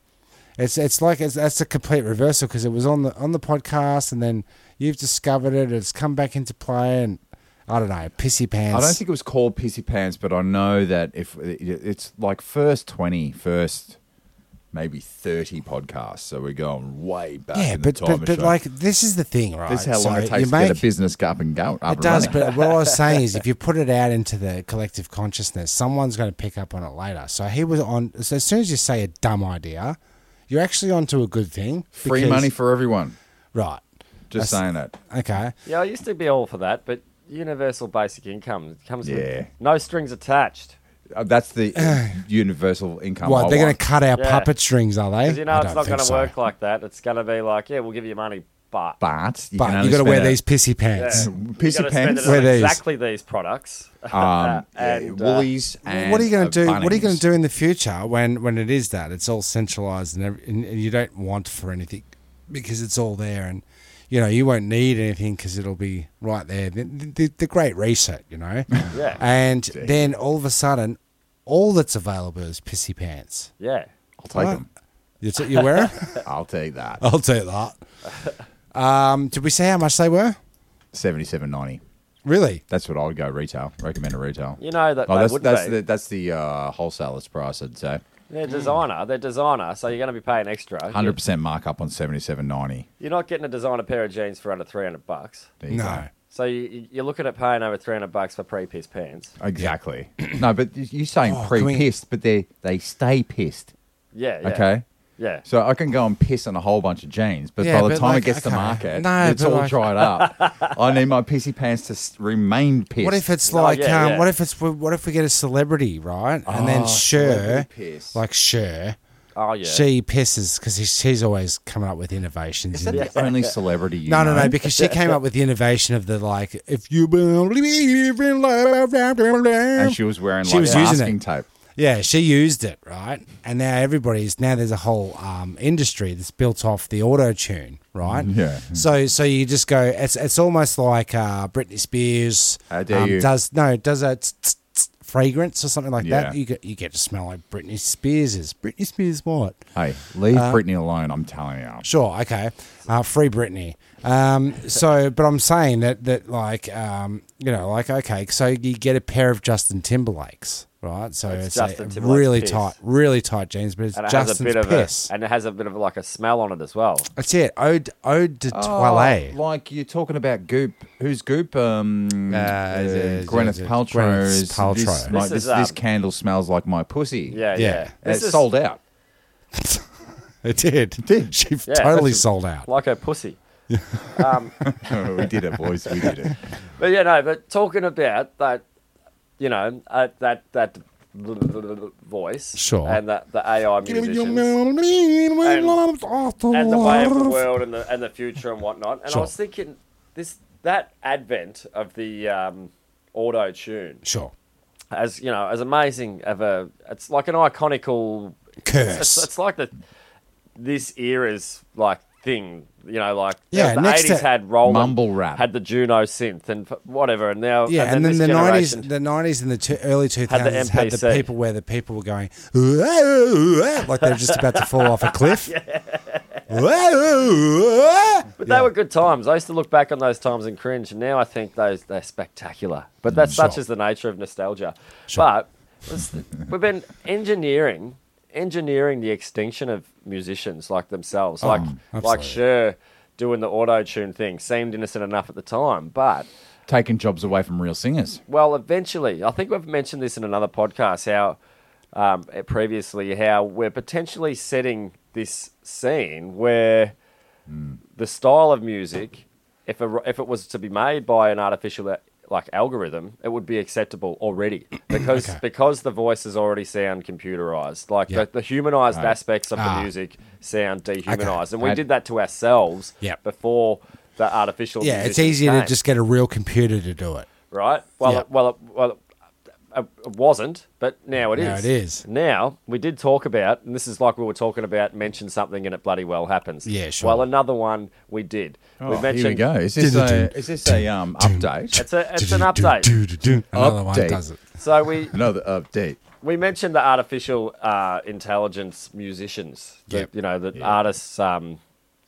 Speaker 2: it's it's like it's, that's a complete reversal because it was on the on the podcast and then you've discovered it. It's come back into play and I don't know pissy pants.
Speaker 1: I don't think it was called Pissy Pants, but I know that if it- it's like first 20, first maybe 30 podcasts. So we're going way back.
Speaker 2: yeah,
Speaker 1: in
Speaker 2: but
Speaker 1: the time
Speaker 2: but, but
Speaker 1: machine.
Speaker 2: like this is the thing, right?
Speaker 1: this is how
Speaker 2: So
Speaker 1: long it takes
Speaker 2: you
Speaker 1: to
Speaker 2: make-
Speaker 1: get a business up and go. Up
Speaker 2: It
Speaker 1: and
Speaker 2: does,
Speaker 1: running.
Speaker 2: but what I was saying is, if you put it out into the collective consciousness, someone's going to pick up on it later. So he was on. So as soon as you say a dumb idea, you're actually onto a good thing.
Speaker 1: free
Speaker 2: because-
Speaker 1: money for everyone.
Speaker 2: right?
Speaker 1: Just
Speaker 2: That's-
Speaker 1: saying that.
Speaker 2: Okay.
Speaker 3: Yeah, I used to be all for that, but universal basic income comes
Speaker 1: Yeah.
Speaker 3: with no strings attached.
Speaker 1: Uh, That's the universal income.
Speaker 2: What
Speaker 1: I
Speaker 2: they're going
Speaker 1: want.
Speaker 2: to cut our
Speaker 3: Yeah.
Speaker 2: puppet strings, are they?
Speaker 3: Because you know
Speaker 2: I
Speaker 3: it's
Speaker 2: don't
Speaker 3: not
Speaker 2: think
Speaker 3: going to
Speaker 2: so.
Speaker 3: work like that. It's going to be like, yeah, we'll give you money, but,
Speaker 1: But you
Speaker 2: But
Speaker 1: can
Speaker 2: you
Speaker 1: only
Speaker 2: got to wear
Speaker 1: spend it-
Speaker 2: these pissy
Speaker 3: yeah,
Speaker 2: pants.
Speaker 3: you
Speaker 1: Pissy
Speaker 3: gotta spend
Speaker 1: pants.
Speaker 3: it on
Speaker 2: Where these-
Speaker 3: exactly these products.
Speaker 1: um,
Speaker 3: and,
Speaker 1: yeah,
Speaker 3: uh,
Speaker 1: Woolies and uh,
Speaker 2: what are you going to do? What are you going
Speaker 1: Bunnings.
Speaker 2: to do in the future when when it is that it's all centralized and, every, and and you don't want for anything because it's all there and you know you won't need anything because it'll be right there. The, the, the great reset, you know.
Speaker 3: Yeah.
Speaker 2: And then all of a sudden, all that's available is pissy pants.
Speaker 3: yeah.
Speaker 1: I'll take
Speaker 2: Right?
Speaker 1: them.
Speaker 2: You, t- you wear 'em?
Speaker 1: I'll take that.
Speaker 2: I'll take that. Um, did we say how much they were?
Speaker 1: Seventy-seven ninety.
Speaker 2: Really?
Speaker 1: That's what I would go retail. Recommend a retail.
Speaker 3: You know that
Speaker 1: Oh,
Speaker 3: they
Speaker 1: that's
Speaker 3: would
Speaker 1: that's
Speaker 3: be.
Speaker 1: the that's the uh, wholesaler's price. I'd say
Speaker 3: They're designer. They're designer, so you're going to be paying extra.
Speaker 1: hundred percent markup on seventy-seven ninety.
Speaker 3: You're not getting a designer pair of jeans for under 300 bucks.
Speaker 1: There you
Speaker 2: No.
Speaker 3: So you, you're looking at paying over 300 bucks for pre-pissed pants.
Speaker 1: go. Exactly. no, but you- you're saying
Speaker 2: Oh, can we-
Speaker 1: pre-pissed, but they they stay pissed.
Speaker 3: Yeah. yeah.
Speaker 1: Okay.
Speaker 3: Yeah.
Speaker 1: So I can go and piss on a whole bunch of jeans, but
Speaker 2: Yeah,
Speaker 1: by the
Speaker 2: but
Speaker 1: time
Speaker 2: like,
Speaker 1: it gets to
Speaker 2: okay.
Speaker 1: market,
Speaker 2: No,
Speaker 1: it's
Speaker 2: but
Speaker 1: all
Speaker 2: like-
Speaker 1: dried up. I need my pissy pants to s- remain pissed.
Speaker 2: What if it's
Speaker 3: No,
Speaker 2: like?
Speaker 3: yeah,
Speaker 2: um,
Speaker 3: yeah.
Speaker 2: What if it's? What if we get a celebrity right, and then
Speaker 1: Oh,
Speaker 2: Sher,
Speaker 1: celebrity piss.
Speaker 2: like Sher,
Speaker 3: Oh yeah.
Speaker 2: she pisses because she's always coming up with innovations.
Speaker 1: Is
Speaker 2: and-
Speaker 1: that the only celebrity? You
Speaker 2: No, no,
Speaker 1: know?
Speaker 2: no, because she came up with the innovation of the like, if you believe in love,
Speaker 1: And she was wearing like
Speaker 2: She was using
Speaker 1: masking
Speaker 2: it.
Speaker 1: tape.
Speaker 2: yeah, she used it right, and now everybody's now there's a whole um, industry that's built off the auto tune, right?
Speaker 1: Mm, Yeah.
Speaker 2: So so you just go, it's it's almost like uh, Britney Spears um,
Speaker 1: How dare you.
Speaker 2: does no does a tss, tss, tss fragrance or something like that.
Speaker 1: Yeah.
Speaker 2: You get you get to smell like Britney Spears is Britney Spears what?
Speaker 1: Hey, leave
Speaker 2: Uh,
Speaker 1: Britney alone. I'm telling you.
Speaker 2: Sure, okay, uh, free Britney. Um, so, but I'm saying that that like um, you know like okay, so you get a pair of Justin Timberlakes. Right, so
Speaker 3: It's
Speaker 2: it's,
Speaker 3: Justin
Speaker 2: a
Speaker 3: Timberlake's
Speaker 2: really
Speaker 3: piss.
Speaker 2: tight, really tight jeans, but it's
Speaker 3: And it has a
Speaker 2: Justin's
Speaker 3: bit of
Speaker 2: piss.
Speaker 3: a and it has a bit of like a smell on it as well.
Speaker 2: That's it. Ode Ode to
Speaker 1: Oh.
Speaker 2: Toilet.
Speaker 1: like you're talking about Goop. Who's Goop? Um, uh,
Speaker 2: yeah,
Speaker 1: Gwyneth
Speaker 2: yeah, yeah.
Speaker 1: Paltrow's.
Speaker 2: Gwyneth Paltrow.
Speaker 1: This, like,
Speaker 3: This is,
Speaker 1: this, this
Speaker 3: um,
Speaker 1: candle smells like my pussy.
Speaker 3: Yeah. Yeah.
Speaker 2: Yeah.
Speaker 1: And
Speaker 3: This
Speaker 1: it's
Speaker 3: is
Speaker 1: sold out.
Speaker 2: It did.
Speaker 1: did.
Speaker 2: She
Speaker 3: Yeah,
Speaker 2: totally
Speaker 3: that's a-
Speaker 2: sold out.
Speaker 3: like a pussy. Um,
Speaker 1: Oh, we did it, boys. We did it.
Speaker 3: But yeah, no. But talking about that, you know, uh, that that voice.
Speaker 2: Sure.
Speaker 3: And that the AI musicians and the way of the
Speaker 2: And
Speaker 3: world and the and the future and whatnot. And
Speaker 2: Sure.
Speaker 3: I was thinking this that advent of the um, auto tune
Speaker 2: Sure.
Speaker 3: as you know, as amazing of a, it's like an iconical
Speaker 2: Curse.
Speaker 3: It's, it's like the this era's like thing, you know, like uh,
Speaker 2: Yeah,
Speaker 3: the
Speaker 2: next to-
Speaker 3: eighties had Roland,
Speaker 1: Mumble rap.
Speaker 3: had the Juno synth and f- whatever, and now
Speaker 2: Yeah, and,
Speaker 3: this
Speaker 2: then the nineties,
Speaker 3: generation-
Speaker 2: the nineties, and the two, early two
Speaker 3: Had the
Speaker 2: thousands had the
Speaker 3: MPC.
Speaker 2: people where the people were going like they're just about to fall off a cliff.
Speaker 3: But they were good times. I used to look back on those times and cringe, and now I think those they're spectacular. But that's such
Speaker 2: Mm. sure.
Speaker 3: is the nature of nostalgia.
Speaker 2: Sure.
Speaker 3: But it's- we've been engineering, engineering the extinction of musicians like themselves, like like
Speaker 2: Oh, absolutely.
Speaker 3: Cher doing the auto tune thing seemed innocent enough at the time, but
Speaker 1: Taking jobs away from real singers.
Speaker 3: well, eventually, I think we've mentioned this in another podcast how um, previously how we're potentially setting this scene where
Speaker 2: Hmm.
Speaker 3: the style of music, if a, if it was to be made by an artificial eh, like algorithm, it would be acceptable already because because the voices already sound computerized. Like
Speaker 2: Yeah.
Speaker 3: the, the humanized aspects of
Speaker 2: Ah.
Speaker 3: the music sound dehumanized, and we
Speaker 1: I-
Speaker 3: did that to ourselves
Speaker 2: Yeah.
Speaker 3: before the artificial.
Speaker 2: Yeah, it's
Speaker 3: musicians
Speaker 2: easier to
Speaker 3: came
Speaker 2: just get a real computer to do it.
Speaker 3: right? Well,
Speaker 2: Yeah.
Speaker 3: it, well, it, well, it, it wasn't, but now it is.
Speaker 2: Now it is.
Speaker 3: Now we did talk about, and this is like we were talking about. Mention something, and it bloody well happens.
Speaker 2: Yeah, sure.
Speaker 3: Well, another one we did.
Speaker 1: Oh,
Speaker 3: we
Speaker 1: here
Speaker 3: mentioned.
Speaker 1: we go. Is this a, is this a um, update?
Speaker 3: It's, a, uh, it's an update.
Speaker 2: Another one
Speaker 1: Update.
Speaker 2: does it.
Speaker 3: So we
Speaker 1: Another update.
Speaker 3: we mentioned the artificial uh, intelligence musicians. that,
Speaker 2: Yep.
Speaker 3: You know that artists um,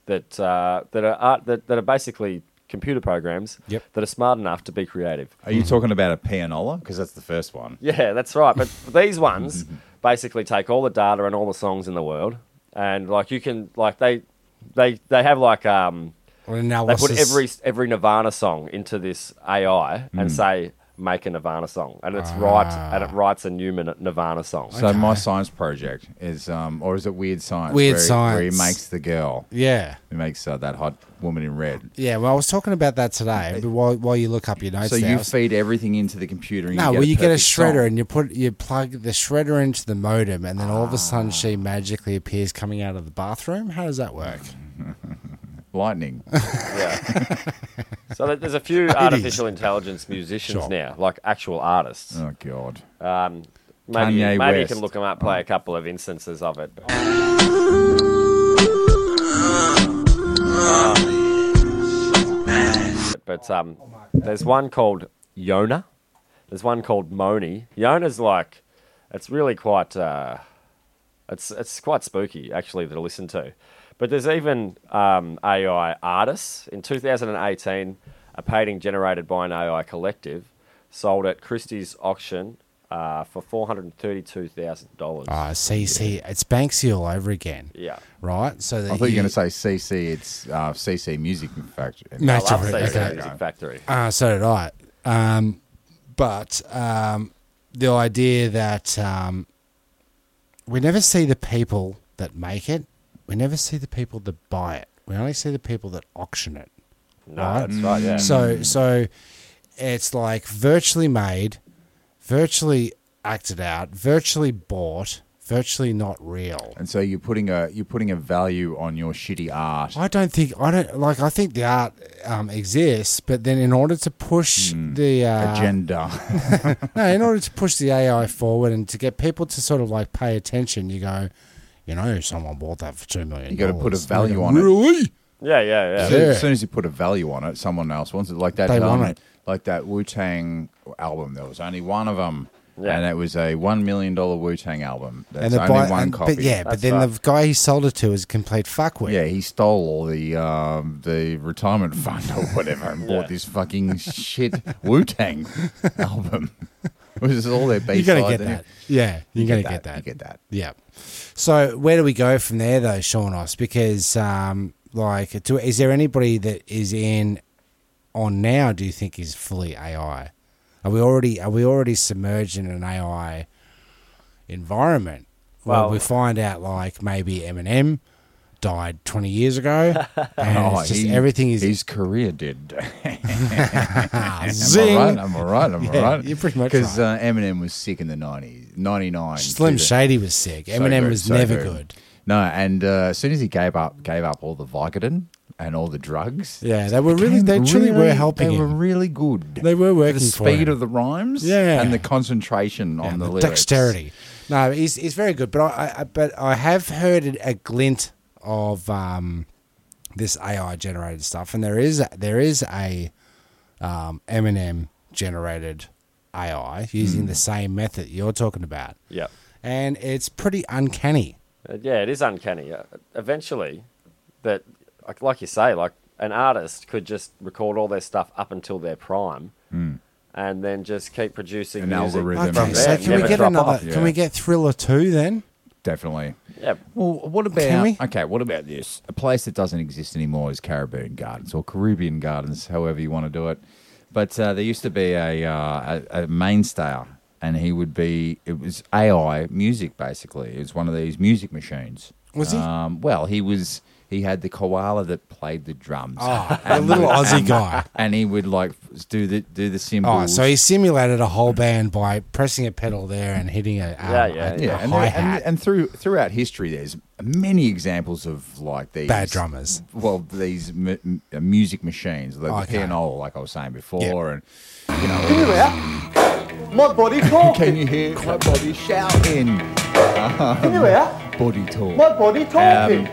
Speaker 3: that uh, that are art, that, that are basically computer programs
Speaker 2: Yep.
Speaker 3: that are smart enough to be creative.
Speaker 1: Are
Speaker 2: Hmm.
Speaker 1: you talking about a pianola? Because that's the first one.
Speaker 3: Yeah, that's right. But these ones basically take all the data and all the songs in the world, and like you can like they they they have like um
Speaker 2: Or
Speaker 3: they put
Speaker 2: analysis.
Speaker 3: every every Nirvana song into this AI and say make a Nirvana song, and it's write and it writes a new min- Nirvana song.
Speaker 1: So my science project is, um, or is it weird science?
Speaker 2: Weird
Speaker 1: where he- Where he
Speaker 2: Science.
Speaker 1: makes the girl,
Speaker 2: yeah.
Speaker 1: he makes uh, that hot woman in red.
Speaker 2: Yeah, well, I was talking about that today. But while, while you look up your notes,
Speaker 1: So
Speaker 2: there, I
Speaker 1: you
Speaker 2: was-
Speaker 1: feed everything into the computer. And
Speaker 2: no,
Speaker 1: you get
Speaker 2: well, you get a
Speaker 1: perfect
Speaker 2: shredder
Speaker 1: song.
Speaker 2: and you put you plug the shredder into the modem, and then all of a
Speaker 3: Ah.
Speaker 2: sudden she magically appears coming out of the bathroom. How does that work?
Speaker 1: lightning.
Speaker 3: Yeah. so there- there's a few artificial intelligence musicians
Speaker 2: Sure.
Speaker 3: now, like actual artists.
Speaker 1: oh God.
Speaker 3: Um, maybe
Speaker 1: Kanye
Speaker 3: maybe you
Speaker 1: West.
Speaker 3: can look them up, play a couple of instances of it. But um, there's one called Yona. There's one called Moni. Yona's like, it's really quite, uh, it's it's quite spooky actually to listen to. But there's even um, AI artists. In 2018, a painting generated by an AI collective sold at Christie's auction uh, for four hundred thirty-two thousand dollars.
Speaker 2: Ah, see, see, it's Banksy all over again,
Speaker 3: Yeah.
Speaker 2: right? So that
Speaker 1: I thought you were going to say CC. It's uh, CC Music Factory.
Speaker 2: No.
Speaker 3: I
Speaker 2: That's
Speaker 3: love
Speaker 2: all right,
Speaker 3: Caesar
Speaker 2: okay.
Speaker 3: Music Factory.
Speaker 2: Ah, so did I. Um, but um, the idea that um, we never see the people that make it, we never see the people that buy it. We only see the people that auction it.
Speaker 3: No,
Speaker 2: Right. Mm.
Speaker 3: that's right. Yeah.
Speaker 2: So so it's like virtually made, virtually acted out, virtually bought, virtually not real.
Speaker 1: And so you're putting a you're putting a value on your shitty art.
Speaker 2: I don't think I don't like. I think the art um, exists, but then in order to push
Speaker 1: Hmm.
Speaker 2: the uh,
Speaker 1: Agenda.
Speaker 2: no, in order to push the AI forward and to get people to sort of like pay attention, you go, you know, someone bought that for two million.
Speaker 1: You gotta put a
Speaker 2: dollars."
Speaker 1: value
Speaker 2: They go,
Speaker 1: on it.
Speaker 2: Really?
Speaker 3: yeah, yeah, yeah.
Speaker 1: As
Speaker 2: Yeah.
Speaker 1: soon- As soon as you put a value on it, someone else wants it. Like that,
Speaker 2: They
Speaker 1: um,
Speaker 2: want it.
Speaker 1: like that Wu Tang album. There was only one of them,
Speaker 3: Yeah.
Speaker 1: and it was a one million dollar Wu Tang album. That's
Speaker 2: And the
Speaker 1: only
Speaker 2: buy,
Speaker 1: one
Speaker 2: and,
Speaker 1: copy.
Speaker 2: but yeah, but
Speaker 3: That's
Speaker 2: then
Speaker 3: right.
Speaker 2: the guy he sold it to is a complete fuckwit.
Speaker 1: Yeah, he stole all the um, the retirement fund or whatever and bought
Speaker 3: Yeah.
Speaker 1: this fucking shit Wu Tang album. Which is all their B
Speaker 2: you
Speaker 1: side.
Speaker 2: gotta get that. Yeah, you're gonna get that.
Speaker 1: You get that.
Speaker 2: Yeah. So where do we go from there, though, Shaunos? Because um, like, do, is there anybody that is in on now? Do you think is fully AI? Are we already are we already submerged in an AI environment? Well,
Speaker 3: Well-
Speaker 2: we find out like maybe Eminem died 20 years ago. And
Speaker 1: Oh,
Speaker 2: it's just
Speaker 1: he-
Speaker 2: everything is
Speaker 1: his career did.
Speaker 2: Ah,
Speaker 1: I'm
Speaker 2: zing.
Speaker 1: all right. I'm all right. I'm
Speaker 2: Yeah,
Speaker 1: all right.
Speaker 2: you're pretty much
Speaker 1: because uh, Eminem was sick in the '90s, '99.
Speaker 2: Slim Shady was sick. Eminem was never good.
Speaker 1: No, and uh, as soon as he gave up, gave up all the Vicodin and all the drugs.
Speaker 2: Yeah, they were really,
Speaker 1: became
Speaker 2: they truly were
Speaker 1: really-
Speaker 2: helping
Speaker 1: They were
Speaker 2: him.
Speaker 1: really good.
Speaker 2: They were working
Speaker 1: the
Speaker 2: for him.
Speaker 1: speed of the rhymes,
Speaker 2: Yeah.
Speaker 1: and the concentration on
Speaker 2: Yeah,
Speaker 1: the,
Speaker 2: the
Speaker 1: lyrics.
Speaker 2: dexterity. No, he's, he's very good. But I, I but I have heard a glint of um, this AI generated stuff, and there is there is a um, Eminem generated AI
Speaker 1: Hmm.
Speaker 2: using the same method you're talking about,
Speaker 3: Yeah.
Speaker 2: and it's pretty uncanny.
Speaker 3: Uh, Yeah, it is uncanny. Uh, Eventually, that like, like you say, like an artist could just record all their stuff up until their prime, and then just keep producing
Speaker 1: An
Speaker 3: music.
Speaker 1: algorithm.
Speaker 2: Hmm. Okay,
Speaker 1: Them and
Speaker 2: so
Speaker 1: that
Speaker 2: can we
Speaker 1: never
Speaker 2: get
Speaker 3: drop
Speaker 2: another?
Speaker 3: off,
Speaker 1: yeah.
Speaker 2: Can we get Thriller two then?
Speaker 1: Definitely.
Speaker 3: Yeah,
Speaker 1: Well, what
Speaker 2: Can we?
Speaker 1: about okay? What about this? A place that doesn't exist anymore is Caribbean Gardens or Caribbean Gardens, however you want to do it. But uh, there used to be a, uh, a a mainstay, and he would be. It was AI music, basically. It was one of these music machines.
Speaker 2: Was he?
Speaker 1: Um, well, he was. He had the koala that played the drums,
Speaker 2: Oh, a little Aussie guy.
Speaker 1: and he would like do the do the
Speaker 2: Oh,
Speaker 1: cymbals.
Speaker 2: so he simulated a whole band by pressing a pedal there and hitting a, um,
Speaker 3: Yeah, yeah,
Speaker 2: a- a
Speaker 1: yeah, and, there,
Speaker 2: hi-hat.
Speaker 1: and, and through throughout history, there's many examples of like these
Speaker 2: Bad drummers.
Speaker 1: Well, these mu- m- uh, music machines, like
Speaker 2: Okay.
Speaker 1: the pianola, like I was saying before,
Speaker 2: Yeah.
Speaker 1: and you know, can you hear my body talking? Can you hear my body shouting? can you hear body talk? My body talking.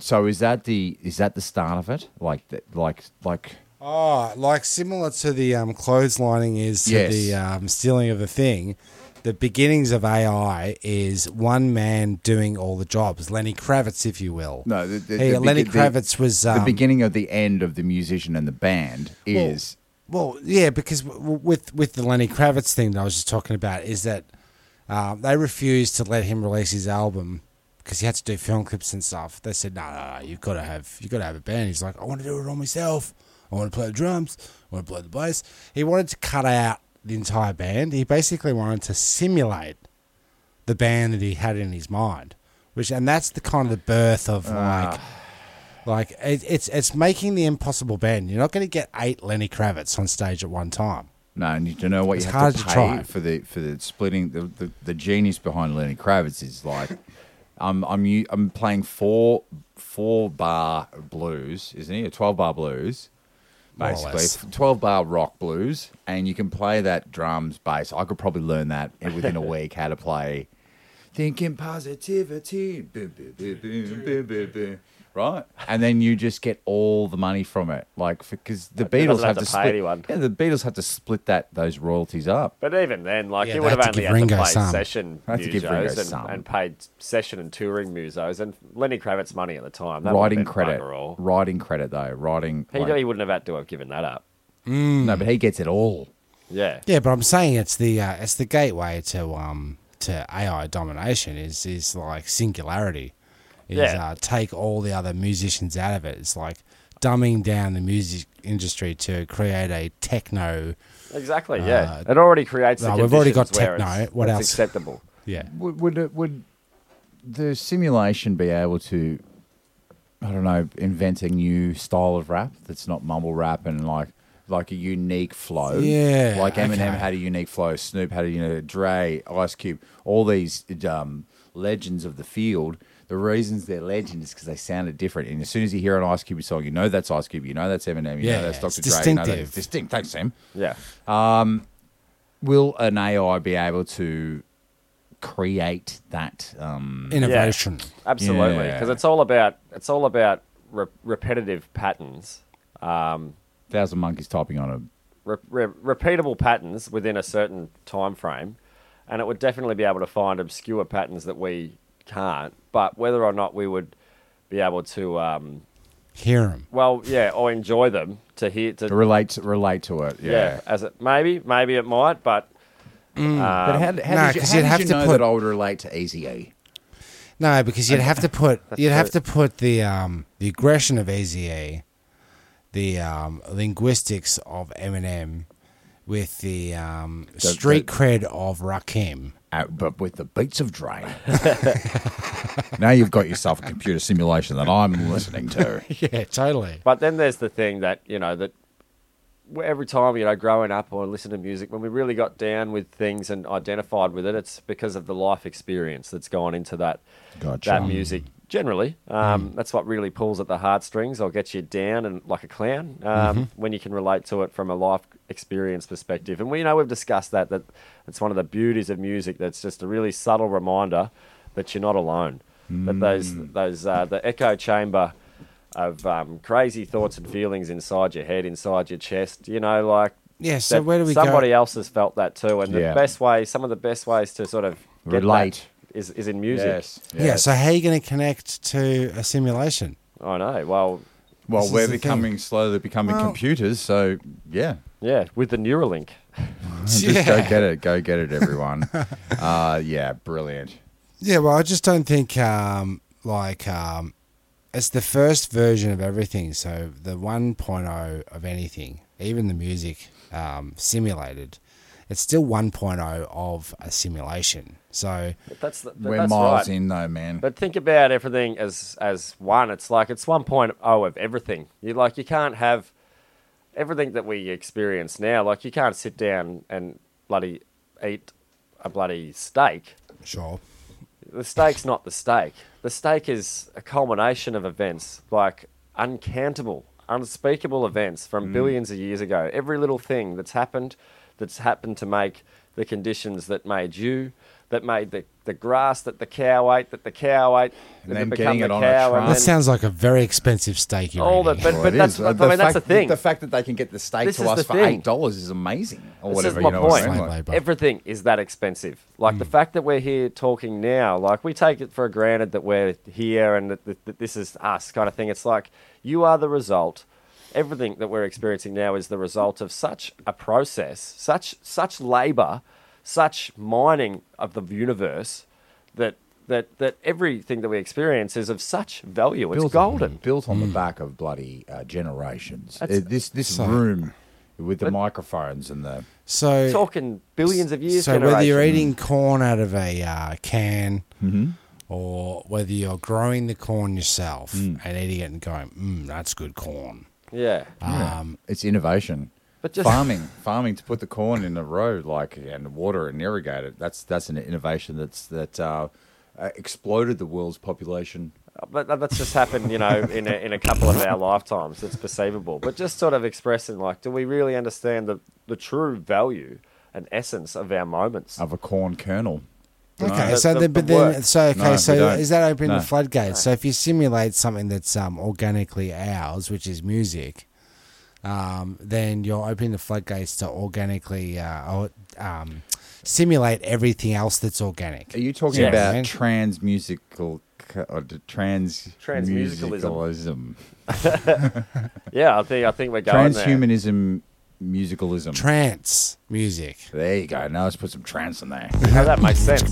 Speaker 1: so is that the is that the start of it? Like the, like like
Speaker 2: Oh, like similar to the um, clotheslining is to
Speaker 1: Yes.
Speaker 2: the um, stealing of the thing. The beginnings of AI is one man doing all the jobs, Lenny Kravitz, if you will.
Speaker 1: no, the, the,
Speaker 2: Hey,
Speaker 1: the
Speaker 2: Lenny
Speaker 1: begin- the-
Speaker 2: Kravitz was um,
Speaker 1: the beginning of the end of the musician and the band
Speaker 2: well-
Speaker 1: is.
Speaker 2: Well, yeah, because w- w- with with the Lenny Kravitz thing that I was just talking about is that uh, they refused to let him release his album because he had to do film clips and stuff. They said, "No, no, no, you've got to have you have got to have a band." He's like, "I want to do it all myself. I want to play the drums. I want to play the bass." He wanted to cut out the entire band. He basically wanted to simulate the band that he had in his mind, which and that's the kind of the birth of like. Like it, it's it's making the impossible bend. You're not going to get eight Lenny Kravitz on stage at one time.
Speaker 1: No, and you don't know what
Speaker 2: It's
Speaker 1: you
Speaker 2: hard
Speaker 1: have to
Speaker 2: to
Speaker 1: pay
Speaker 2: try.
Speaker 1: for the for the splitting. The, the, the genius behind Lenny Kravitz is like, I'm I'm u- I'm playing four four bar blues, isn't he? A twelve bar blues,
Speaker 2: More or
Speaker 1: basically
Speaker 2: less.
Speaker 1: twelve bar rock blues, and you can play that drums bass. I could probably learn that within a week how to play. Thinking positivity, boom, boom, boom, boom, boom, boom, boom. Right, and then you just get all the money from it, like because the
Speaker 3: It
Speaker 1: Beatles
Speaker 3: doesn't
Speaker 1: have to,
Speaker 3: have to pay
Speaker 1: split.
Speaker 3: anyone.
Speaker 1: Yeah, the Beatles had to split that those royalties up.
Speaker 3: but even then, like
Speaker 2: Yeah,
Speaker 3: he
Speaker 2: they
Speaker 3: would
Speaker 2: had to
Speaker 3: have only
Speaker 2: give
Speaker 3: had
Speaker 2: Ringo
Speaker 3: to play
Speaker 2: some.
Speaker 3: session
Speaker 1: They had to give Ringo
Speaker 3: musos
Speaker 1: some.
Speaker 3: and, and paid session and touring musos and Lenny Kravitz money at the time. That would have
Speaker 1: writing
Speaker 3: been
Speaker 1: credit,
Speaker 3: bugger all.
Speaker 1: writing credit though, writing.
Speaker 3: He,
Speaker 1: like-
Speaker 3: he wouldn't have had to have given that up.
Speaker 1: no, but he gets it all.
Speaker 3: Yeah.
Speaker 2: Yeah, but I'm saying it's the uh, it's the gateway to um to AI domination is is like singularity. Is
Speaker 3: Yeah.
Speaker 2: uh, take all the other musicians out of it. It's like dumbing down the music industry to create a techno.
Speaker 3: Exactly. Yeah,
Speaker 2: Uh,
Speaker 3: it already creates.
Speaker 2: no,
Speaker 3: the
Speaker 2: we've already got
Speaker 3: conditions where
Speaker 2: techno.
Speaker 3: It's,
Speaker 2: What
Speaker 3: it's
Speaker 2: else?
Speaker 3: Acceptable.
Speaker 2: Yeah.
Speaker 1: Would would, it, would the simulation be able to? I don't know, invent a new style of rap that's not mumble rap and like like a unique flow.
Speaker 2: Yeah,
Speaker 1: like Eminem
Speaker 2: okay.
Speaker 1: had a unique flow, Snoop had a you know Dre, Ice Cube, all these um, legends of the field. The reasons they're legends is because they sounded different. And as soon as you hear an Ice Cube song, you know that's Ice Cube, you know that's Eminem, you
Speaker 2: Yeah,
Speaker 1: know that's
Speaker 2: it's
Speaker 1: Dr. Dre, you know that's
Speaker 2: distinctive.
Speaker 1: distinct. Thanks, Sam
Speaker 3: Yeah.
Speaker 1: will an AI be able to create that? Um,
Speaker 2: Innovation.
Speaker 3: Absolutely,
Speaker 1: Yeah.
Speaker 3: because it's all about it's all about re- repetitive patterns,
Speaker 1: Thousand monkeys typing on a
Speaker 3: re- re- repeatable patterns within a certain time frame, and it would definitely be able to find obscure patterns that we can't. But whether or not we would be able to, um,
Speaker 2: Hear 'em. Hear them.
Speaker 3: well, yeah, or enjoy them to hear to
Speaker 1: relate to, relate to it. Yeah.
Speaker 3: yeah. as it maybe maybe it might, but Um,
Speaker 1: But how, how
Speaker 2: Nah,
Speaker 1: did you,
Speaker 2: 'cause
Speaker 1: how
Speaker 2: you'd
Speaker 1: did
Speaker 2: have
Speaker 1: you
Speaker 2: to
Speaker 1: know
Speaker 2: put-
Speaker 1: that I would relate to Easy
Speaker 2: No, because you'd have to put you'd have
Speaker 3: right.
Speaker 2: to put the um the aggression of Eze, the um linguistics of Eminem, with the um,
Speaker 1: The-
Speaker 2: street
Speaker 1: the-
Speaker 2: cred of Rakim.
Speaker 1: out, uh, but with the beats of Drain. now you've got yourself a computer simulation that I'm listening to.
Speaker 2: Yeah, totally.
Speaker 3: But then there's the thing that you know that w- every time you know growing up or listening to music, when we really got down with things and identified with it, it's because of the life experience that's gone into that
Speaker 1: Gotcha.
Speaker 3: that music. Generally, um,
Speaker 2: Hmm.
Speaker 3: that's what really pulls at the heartstrings or gets you down and like a clown
Speaker 2: Mm-hmm.
Speaker 3: um, when you can relate to it from a life experience perspective. And we you know we've discussed that that it's one of the beauties of music. That's just a really subtle reminder that you're not alone. That those
Speaker 2: Hmm.
Speaker 3: those uh, the echo chamber of um, crazy thoughts and feelings inside your head, inside your chest. You know, like
Speaker 2: Yeah, so
Speaker 3: that
Speaker 2: where do we
Speaker 3: somebody
Speaker 2: go?
Speaker 3: else has felt that too. And
Speaker 1: Yeah.
Speaker 3: the best way, some of the best ways to sort of get
Speaker 1: Relate.
Speaker 3: that is is in music.
Speaker 2: Yeah, so how are you going to connect to a simulation?
Speaker 3: I know. Well,
Speaker 1: well,
Speaker 2: This
Speaker 1: we're
Speaker 2: is the thing.
Speaker 1: becoming slowly becoming
Speaker 2: Well-
Speaker 1: computers, so yeah.
Speaker 3: yeah, with the Neuralink.
Speaker 1: Just go get it. Go get it, everyone. uh, yeah, brilliant.
Speaker 2: Yeah, well, I just don't think um, like um, it's the first version of everything. So the 1.0 of anything, even the music um, simulated, it's still 1.0 of a simulation. So
Speaker 3: But that's the, but
Speaker 1: We're
Speaker 3: that's
Speaker 1: miles
Speaker 3: right.
Speaker 1: in, though, man.
Speaker 3: But think about everything as as one. It's like it's 1.0 of everything. You like you can't have everything that we experience now. Like you can't sit down and bloody eat a bloody steak
Speaker 2: sure,
Speaker 3: the steak's not the steak. The steak is a culmination of events, like uncountable, unspeakable events
Speaker 1: Mm.
Speaker 3: from billions of years ago. Every little thing that's happened, that's happened to make the conditions that made you, that made the, the grass that the cow ate, that the cow ate,
Speaker 1: And
Speaker 3: that
Speaker 1: then
Speaker 3: become
Speaker 1: getting
Speaker 3: the
Speaker 1: it on a
Speaker 3: cow, and
Speaker 1: truck.
Speaker 2: that
Speaker 1: Then-
Speaker 2: sounds like a very expensive steak. You're
Speaker 3: All
Speaker 2: eating.
Speaker 3: the- but-
Speaker 1: Well,
Speaker 3: but
Speaker 1: it
Speaker 3: that's-
Speaker 1: is.
Speaker 3: I mean, that's
Speaker 1: fact-
Speaker 3: the thing.
Speaker 1: The fact that they can get the steak
Speaker 3: This
Speaker 1: to
Speaker 3: is
Speaker 1: us
Speaker 3: the
Speaker 1: for
Speaker 3: thing.
Speaker 1: eight dollars is amazing, or
Speaker 3: This
Speaker 1: whatever.
Speaker 3: is my
Speaker 1: you know what I mean?
Speaker 3: point.
Speaker 1: Like, Hmm.
Speaker 2: Slave labour.
Speaker 3: Everything is that expensive. Like the fact that we're here talking now, like we take it for granted that we're here and that, that, that this is us kind of thing. It's like you are the result. Everything that we're experiencing now is the result of such a process, such such labor, such mining of the universe that that that everything that we experience is of such value. It's
Speaker 1: built on-
Speaker 3: golden. Mm.
Speaker 1: built on the back of bloody uh, generations.
Speaker 3: That's-
Speaker 1: Uh, this this room with the microphones and the
Speaker 2: so
Speaker 3: Talking billions of years.
Speaker 2: So whether you're
Speaker 3: generation.
Speaker 2: eating corn out of a uh, can,
Speaker 3: Mm-hmm.
Speaker 2: or whether you're growing the corn yourself and eating it and going, mm, "That's good corn."
Speaker 3: yeah,
Speaker 2: Um,
Speaker 1: it's innovation.
Speaker 3: But just-
Speaker 1: farming, farming to put the corn in the row, like and water and irrigate it. That's that's an innovation that's that uh, uh, exploded the world's population.
Speaker 3: but that- that's just happened, you know, in a, in a couple of our lifetimes. It's perceivable, but just sort of expressing like, do we really understand the the true value and essence of our moments?
Speaker 1: of a corn kernel.
Speaker 2: Okay,
Speaker 3: that-
Speaker 2: so
Speaker 3: that
Speaker 2: then, but
Speaker 3: would
Speaker 2: then,
Speaker 3: work.
Speaker 2: so okay,
Speaker 1: No, we
Speaker 2: so
Speaker 1: don't.
Speaker 2: is that opening
Speaker 1: No.
Speaker 2: the floodgates? So if you simulate something that's um, organically ours, which is music, um, then you're opening the floodgates to organically uh, or, um, simulate everything else that's organic.
Speaker 1: Are you talking
Speaker 3: Yes.
Speaker 1: about
Speaker 2: Yeah.
Speaker 1: trans musical or d- trans
Speaker 3: Transmusicalism.
Speaker 1: musicalism,
Speaker 3: yeah, I think I think we're going there.
Speaker 1: transhumanism, musicalism?
Speaker 2: Trance music.
Speaker 1: there you go. Now let's put some trance in there.
Speaker 3: Now that makes sense.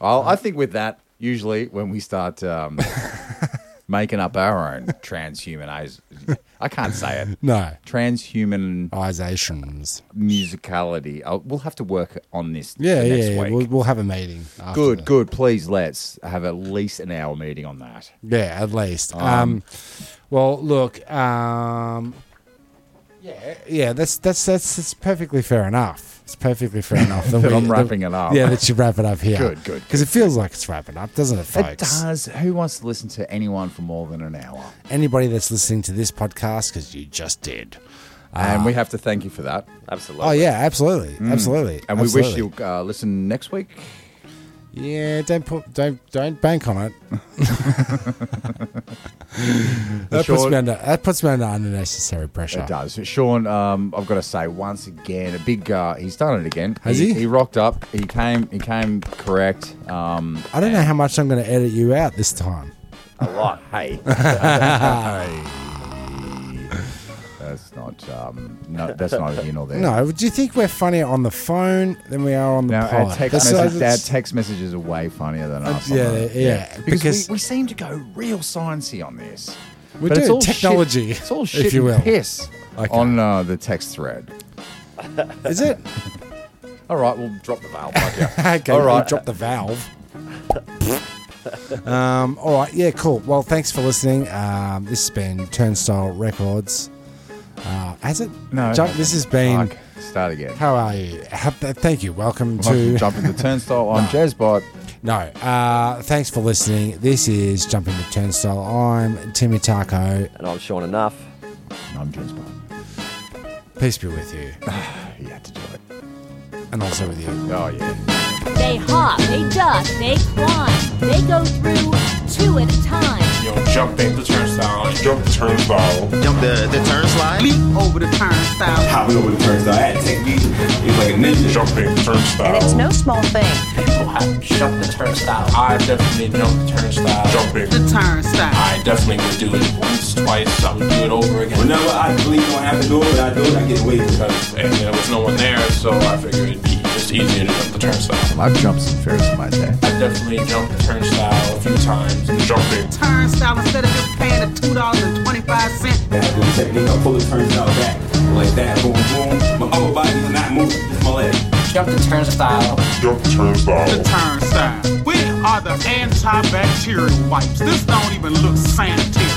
Speaker 1: Well, I think with that, usually when we start um, making up our own transhumanize, I can't say it.
Speaker 2: No.
Speaker 1: Transhuman
Speaker 2: Isations.
Speaker 1: musicality. i we'll have to work on this.
Speaker 2: Yeah, yeah,
Speaker 1: next
Speaker 2: yeah.
Speaker 1: Week.
Speaker 2: We'll, we'll have a meeting. after
Speaker 1: good,
Speaker 2: the-
Speaker 1: good. Please let's have at least an hour meeting on that.
Speaker 2: Yeah, at least. Um, well, look. Um, yeah, yeah. That's that's that's that's perfectly fair enough. It's perfectly fair enough
Speaker 1: That
Speaker 2: we-
Speaker 1: I'm wrapping it up.
Speaker 2: Yeah, that you wrap it up here.
Speaker 1: Good, good,
Speaker 2: Because it feels like it's wrapping up, doesn't it, folks?
Speaker 1: It does. Who wants to listen to anyone for more than an hour?
Speaker 2: Anybody that's listening to this podcast, because you just did.
Speaker 1: and we have to thank you for that.
Speaker 3: Absolutely.
Speaker 2: Oh yeah, absolutely, absolutely.
Speaker 1: Mm. And we wish
Speaker 2: absolutely.
Speaker 1: you'll uh, listen next week.
Speaker 2: Yeah, don't put, don't don't bank on it. that, puts
Speaker 1: Sean-
Speaker 2: me under, that puts me under unnecessary pressure.
Speaker 1: It does. Sean, um, I've got to say once again, a big. Uh, he's done it again.
Speaker 2: Has he?
Speaker 1: He rocked up. He came. He came correct. Um,
Speaker 2: I don't know how much I'm going to edit you out this time.
Speaker 3: a lot.
Speaker 1: hey. that's not. Um, no, that's not you know there.
Speaker 2: No, do you think we're funnier on the phone than we are on the
Speaker 1: Now,
Speaker 2: pod?
Speaker 1: our text,
Speaker 2: That's-
Speaker 1: message, our
Speaker 2: that's-
Speaker 1: text messages are way funnier than us. on
Speaker 2: yeah,
Speaker 1: the-
Speaker 2: yeah,
Speaker 1: Because,
Speaker 2: because-
Speaker 1: we, we seem to go real sciencey on this.
Speaker 2: We
Speaker 1: But it's
Speaker 2: do
Speaker 1: all
Speaker 2: technology,
Speaker 1: shit- it's all shit
Speaker 2: if you
Speaker 1: and
Speaker 2: will.
Speaker 1: piss
Speaker 2: Okay.
Speaker 1: on uh, the text thread.
Speaker 2: Is it?
Speaker 1: All right, we'll drop the valve. Fuck yeah.
Speaker 2: okay,
Speaker 1: All
Speaker 2: all right.
Speaker 1: right.
Speaker 2: Drop the valve. um, all right, yeah, cool. Well, thanks for listening. Um, this has been Turnstile Records. Uh, has it?
Speaker 1: No,
Speaker 2: Ju- this has been.
Speaker 1: Fuck. Start again.
Speaker 2: How are you? Have, th- thank you. Welcome
Speaker 1: Welcome
Speaker 2: to.
Speaker 1: to Jumping the Turnstile. I'm Jazzbot.
Speaker 2: No. Uh, thanks for listening. This is Jumping the Turnstile. I'm Timmy Taco.
Speaker 3: And I'm Sean Enough.
Speaker 1: I'm Jazzbot.
Speaker 2: Peace be with you.
Speaker 1: You had to do it.
Speaker 2: And also with you.
Speaker 1: Oh, yeah.
Speaker 5: They hop, they duck, they climb, they go through two at a time.
Speaker 6: You know, jump the turnstile, jump the turnstile,
Speaker 7: Jump the, the turn slide.
Speaker 8: leap over the turnstile.
Speaker 9: Hop over the turnstile. I had to take me. It was like a ninja.
Speaker 6: jump the turnstile.
Speaker 10: It's no small thing.
Speaker 9: People have jumped the turnstile. I definitely jumped the turnstile.
Speaker 6: Jump the
Speaker 8: The turnstile.
Speaker 9: I definitely would do it once, twice. I would do it over again. Whenever I believe I have to do it, I do it. I get away because and there was no one there, so I figured it'd be just easier to jump the turnstile.
Speaker 1: I've jumped some ferries in my day.
Speaker 9: I definitely jumped the turnstile a few times.
Speaker 6: jump the
Speaker 8: Turnstile instead of just paying the two dollars and twenty five cent.
Speaker 9: That little technique, I pull the turnstile back like that. Boom, boom. My upper body is not moving. It's my leg.
Speaker 7: Jump the turnstile.
Speaker 6: jump the turnstile.
Speaker 8: The turnstile. We are the antibacterial wipes. This don't even look sanitary.